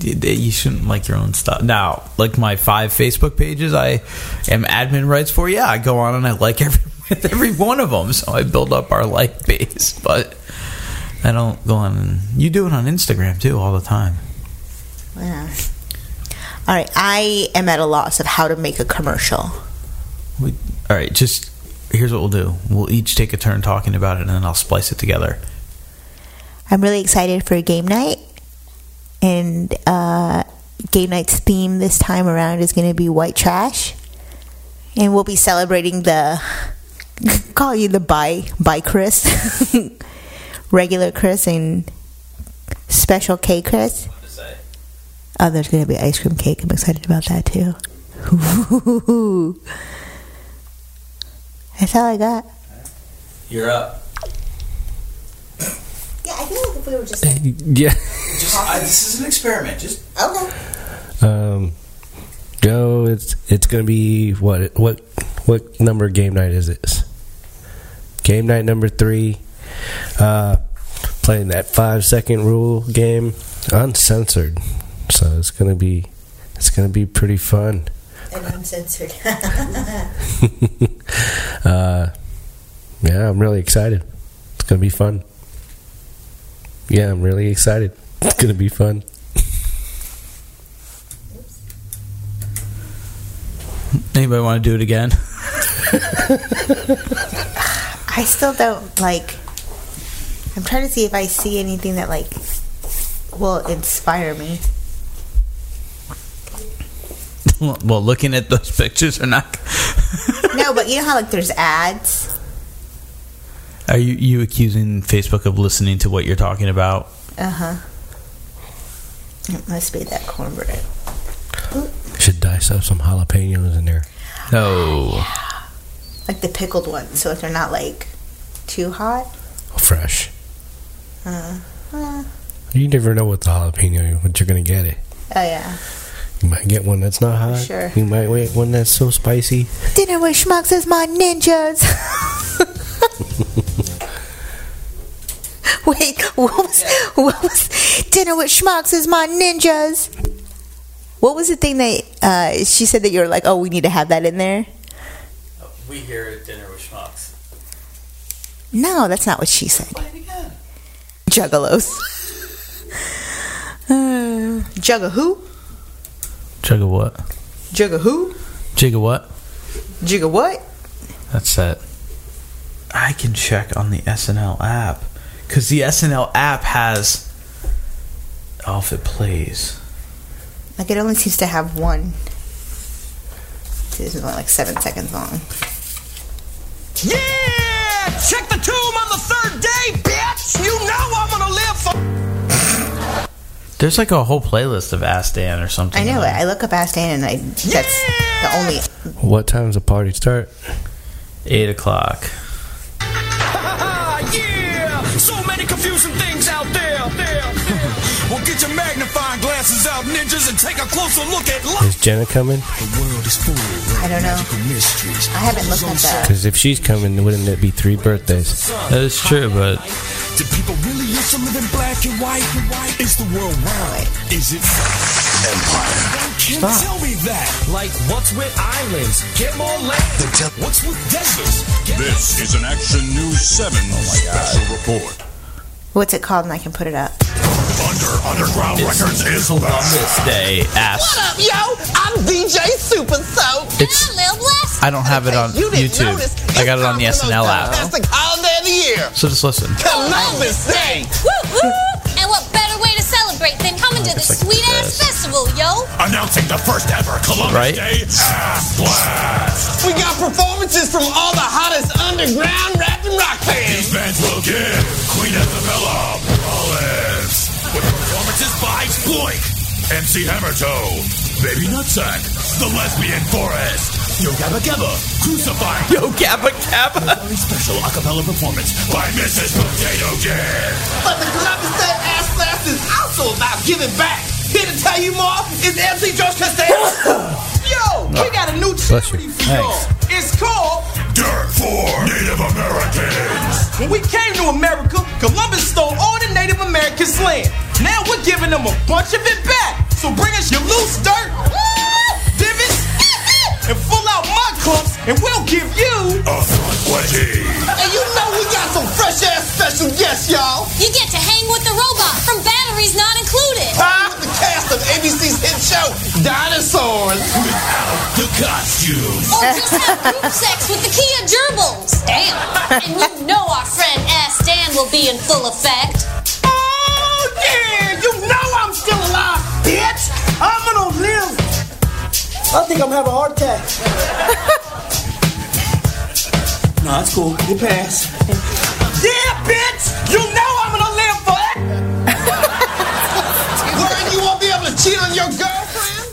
Speaker 2: you- you shouldn't like your own stuff. Now, like my five Facebook pages, I am admin rights for. Yeah, I go on and I like every every one of them, so I build up our like base. But I don't go on. And, you do it on Instagram too all the time.
Speaker 7: Yeah. All right, I am at a loss of how to make a commercial.
Speaker 2: We, all right, just here's what we'll do. We'll each take a turn talking about it, and then I'll splice it together.
Speaker 7: I'm really excited for game night, and uh, game night's theme this time around is going to be white trash, and we'll be celebrating the call you the by by Chris, regular Chris, and special K Chris. Oh, there's going to be ice cream cake. I'm excited about that too. That's all I got.
Speaker 2: You're up.
Speaker 7: Yeah, I feel like if we were just
Speaker 3: Yeah.
Speaker 20: Just, I, this is an experiment. Just
Speaker 7: okay.
Speaker 3: Um, Joe, it's it's gonna be what what what number game night is this? Game night number three. Uh, playing that five second rule game uncensored, so it's gonna be it's gonna be pretty fun.
Speaker 7: and uncensored.
Speaker 3: uh, yeah, I'm really excited. It's gonna be fun. Yeah, I'm really excited. It's gonna be fun.
Speaker 2: Anybody want to do it again?
Speaker 7: I still don't like. I'm trying to see if I see anything that like will inspire me.
Speaker 2: well, looking at those pictures are not.
Speaker 7: no, but you know how like there's ads.
Speaker 2: Are you you accusing Facebook of listening to what you're talking about?
Speaker 7: Uh huh. It must be that cornbread.
Speaker 3: Should dice up some jalapenos in there.
Speaker 2: No,
Speaker 7: like the pickled ones, so if they're not like too hot.
Speaker 3: fresh.
Speaker 7: Uh, uh,
Speaker 3: You never know with the jalapeno what you're gonna get. It.
Speaker 7: oh yeah.
Speaker 3: You might get one that's not hot.
Speaker 7: Sure.
Speaker 3: You might get one that's so spicy.
Speaker 7: Dinner with schmucks is my ninjas. Wait, what was what was dinner with schmucks is my ninjas? What was the thing that uh, she said that you were like, oh, we need to have that in there?
Speaker 2: we here at dinner with schmucks.
Speaker 7: No, that's not what she said. Juggalos. uh, Jugga who?
Speaker 2: Jigga what?
Speaker 7: Jugga who?
Speaker 2: Jigga what?
Speaker 7: Jigga what?
Speaker 2: That's it. I can check on the SNL app because the SNL app has. Oh, if it plays.
Speaker 7: Like it only seems to have one. This is only like seven seconds long.
Speaker 11: Yeah! Check the tomb on the third day, bitch! You know I'm gonna live for.
Speaker 2: There's like a whole playlist of Ask Dan or something.
Speaker 7: I know it. I look up Ask Dan and I that's the only
Speaker 3: What time's the party start?
Speaker 2: Eight o'clock.
Speaker 11: Ah, yeah! So many confusing things out there. there, there. well, get your magnifying glasses out, ninjas, and take a closer look at life.
Speaker 3: Is Jenna coming?
Speaker 11: The world is full of
Speaker 7: I don't know.
Speaker 11: mysteries.
Speaker 7: I haven't looked at that.
Speaker 3: Because if she's coming, wouldn't it be three birthdays?
Speaker 2: That is true, but
Speaker 11: Do people really used to live in black and white? And white? Is the world round? Is it empire? Can
Speaker 9: Stop.
Speaker 11: tell me that. Like, what's with islands? Get more land. what's with deserts?
Speaker 1: This is an Action News 7
Speaker 11: Oh
Speaker 1: special report.
Speaker 7: What's it called? And I can put it up.
Speaker 1: Thunder Underground Records is back.
Speaker 2: Day Ask.
Speaker 11: up, yo? I'm DJ Super Soap.
Speaker 2: It's-
Speaker 11: Lil West.
Speaker 2: I don't have it on
Speaker 11: You didn't
Speaker 2: YouTube.
Speaker 11: notice.
Speaker 2: I got it on the SNL
Speaker 11: That's
Speaker 2: app.
Speaker 11: the holiday of the year.
Speaker 2: So just listen.
Speaker 11: Columbus Day.
Speaker 26: Woo woo! Oh, And what better way to celebrate than coming to this
Speaker 2: I can do
Speaker 26: sweet ass
Speaker 2: this.
Speaker 26: festival, yo?
Speaker 1: Announcing the first ever Columbus
Speaker 2: Right?
Speaker 1: Day Ass Blast.
Speaker 11: We got performances from all the hottest underground rap and rock bands.
Speaker 1: These bands will give Queen Isabella olives. With performances by Exploit, MC Hammertoe, Baby Nutsack, The Lesbian Forest, Yo Gabba Gabba, Crucifying. Yo Gabba Gabba. Very special acapella performance by Mrs. Potato Head.
Speaker 11: But the Columbus Day Ass Blast is also about giving back. Here to tell you more is MC George Costanza. Yo, he got a new
Speaker 3: Bless you.
Speaker 11: charity for y'all. It's called
Speaker 1: Dirt for Native Americans.
Speaker 11: When we came to America, Columbus stole all the Native Americans' land. Now we're giving them a bunch of it back. So bring us your loose dirt, divots, and full out mud clumps, and we'll give you
Speaker 1: A front wedgie.
Speaker 11: And you know we got some fresh ass special guests, y'all.
Speaker 26: You get to hang with the robot from batteries not included.
Speaker 11: Time with the cast of ABC's hit show, Dinosaurs.
Speaker 1: The costume.
Speaker 26: Or just have group sex with the Kia gerbils. Damn. And you know our friend Ass Dan will be in full effect.
Speaker 11: Oh, yeah, you know I'm still alive, bitch. I'm gonna live.
Speaker 4: I think I'm having a heart attack.
Speaker 11: No, it's cool. It passed. Yeah, bitch! You know I'm gonna live forever! Lauren, you won't be able to cheat on your girlfriend?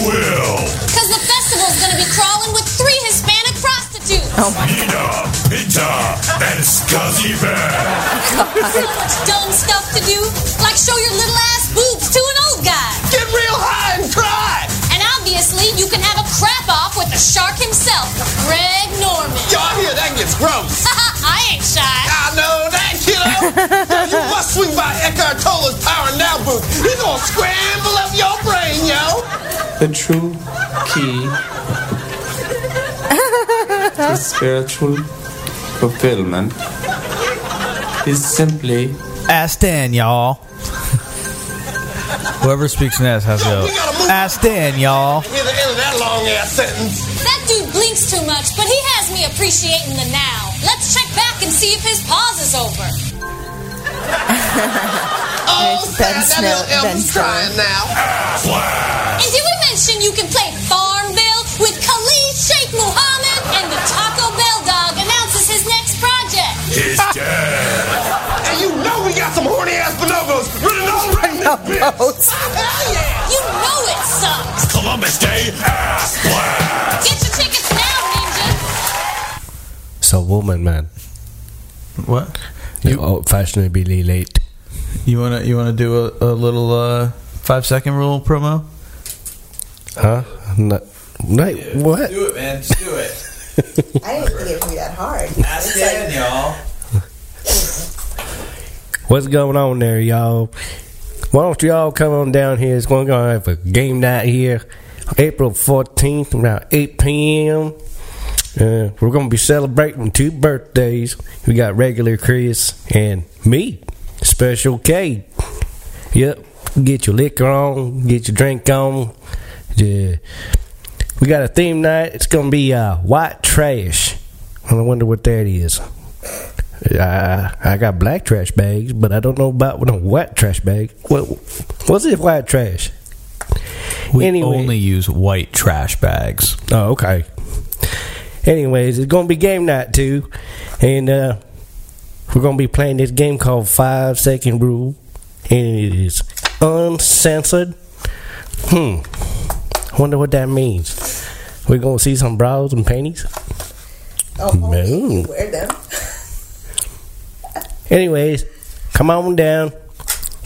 Speaker 1: Will.
Speaker 26: Because the festival's gonna be crawling with three Hispanic prostitutes.
Speaker 1: Oh my God. Pinta and Scuzzy Bear.
Speaker 26: so much dumb stuff to do, like show your little ass boobs to an old guy.
Speaker 11: Get real high and cry.
Speaker 26: And obviously, you can have a crap off with the shark himself, Greg Norman.
Speaker 11: Y'all hear that gets gross.
Speaker 26: I ain't shy.
Speaker 11: I know that, kiddo! Yo, you must swing by Eckhart Tolle's Power Now booth. He's gonna scramble up your brain, yo!
Speaker 21: The true key to spiritual fulfillment is simply
Speaker 2: Ass Dan, y'all. Whoever speaks next has to go. Ass Dan, y'all.
Speaker 11: Hear the end of that long ass sentence.
Speaker 26: That dude blinks too much, but he has me appreciating the now. Let's check back and see if his pause is over.
Speaker 11: Oh, sad, that
Speaker 26: Snow-
Speaker 11: little elf
Speaker 26: Ben
Speaker 11: is crying now.
Speaker 26: And did we mention you can play Farmville with Khalid Sheikh Mohammed and the Taco Bell dog announces his next project?
Speaker 1: Is dead.
Speaker 11: And you know we got some horny ass bonobos running all around this bitch. Hell yeah!
Speaker 26: You know it sucks.
Speaker 1: Columbus Day ass blast.
Speaker 26: Get your tickets now, ninja.
Speaker 3: It's a woman, man.
Speaker 2: What?
Speaker 3: You oh, fashionably late.
Speaker 2: You wanna you wanna do a, a little uh, five second rule promo?
Speaker 3: Huh? Not, not, what?
Speaker 6: Do it, man. Just do it.
Speaker 22: I didn't think it would be that hard.
Speaker 6: Ask Dan, y'all.
Speaker 3: What's going on there, y'all? Why don't y'all come on down here? It's going to have a game night here, April 14th, around 8 p.m. Uh, we're going to be celebrating two birthdays. We got regular Chris and me, Special K. Yep, get your liquor on, get your drink on. Yeah. We got a theme night. It's going to be uh, white trash. I wonder what that is. I, I got black trash bags, but I don't know about no white trash bag. What what's this white trash?
Speaker 2: We only use white trash bags.
Speaker 3: Oh, okay. Anyways, it's gonna be game night too, and uh, we're gonna be playing this game called Five Second Rule, and it is uncensored. Hmm. Wonder what that means. We're gonna see some bras and panties.
Speaker 22: Oh,
Speaker 3: No.
Speaker 22: wear them.
Speaker 3: Anyways, come on down,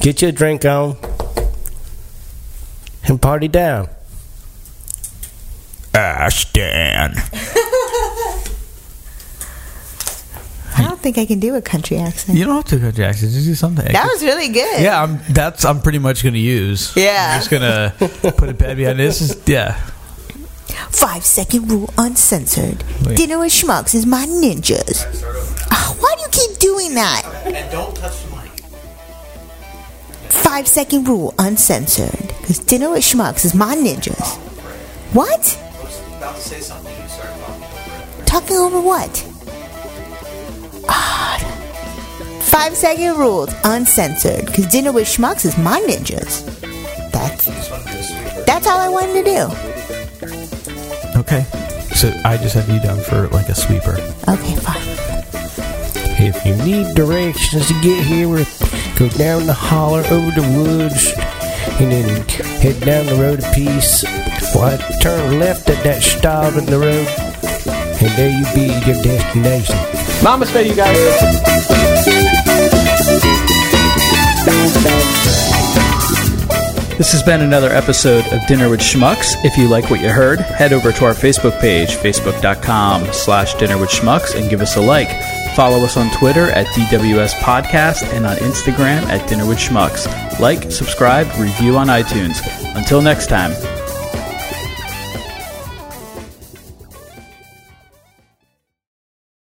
Speaker 3: get your drink on, and party down.
Speaker 2: Ass Dan.
Speaker 7: I don't think I can do a country accent.
Speaker 2: You don't have Oh, to go Jackson. Just do something.
Speaker 7: That was really good.
Speaker 2: Yeah, I'm. That's I'm pretty much gonna use.
Speaker 7: Yeah.
Speaker 2: I'm just gonna put a bed behind this. Is, yeah.
Speaker 7: Five second rule uncensored.
Speaker 2: Wait.
Speaker 7: Dinner with schmucks is my ninjas. Ah, Why do you keep doing that?
Speaker 6: And don't touch the mic.
Speaker 7: Five second rule uncensored. Because dinner with schmucks is my ninjas. What?
Speaker 6: I was about to say something. You started talking over it.
Speaker 7: Talking over what? Ah, Five second rules uncensored. Because dinner with schmucks is my ninjas. That's, that's all I wanted to do.
Speaker 2: Okay. So I just have you down for like a sweeper.
Speaker 7: Okay, fine.
Speaker 3: If you need directions to get here, we're- go down the holler over the woods and then head down the road a piece. Well, turn left at that stop in the road, and there you be at your destination.
Speaker 20: Mama say you guys. This has been another episode of Dinner with Schmucks. If you like what you heard, head over to our Facebook page, facebook.com slash dinner with schmucks, and give us a like.
Speaker 2: Follow us on Twitter at DWS Podcast and on Instagram at Dinner with Schmucks. Like, subscribe, review on iTunes. Until next time,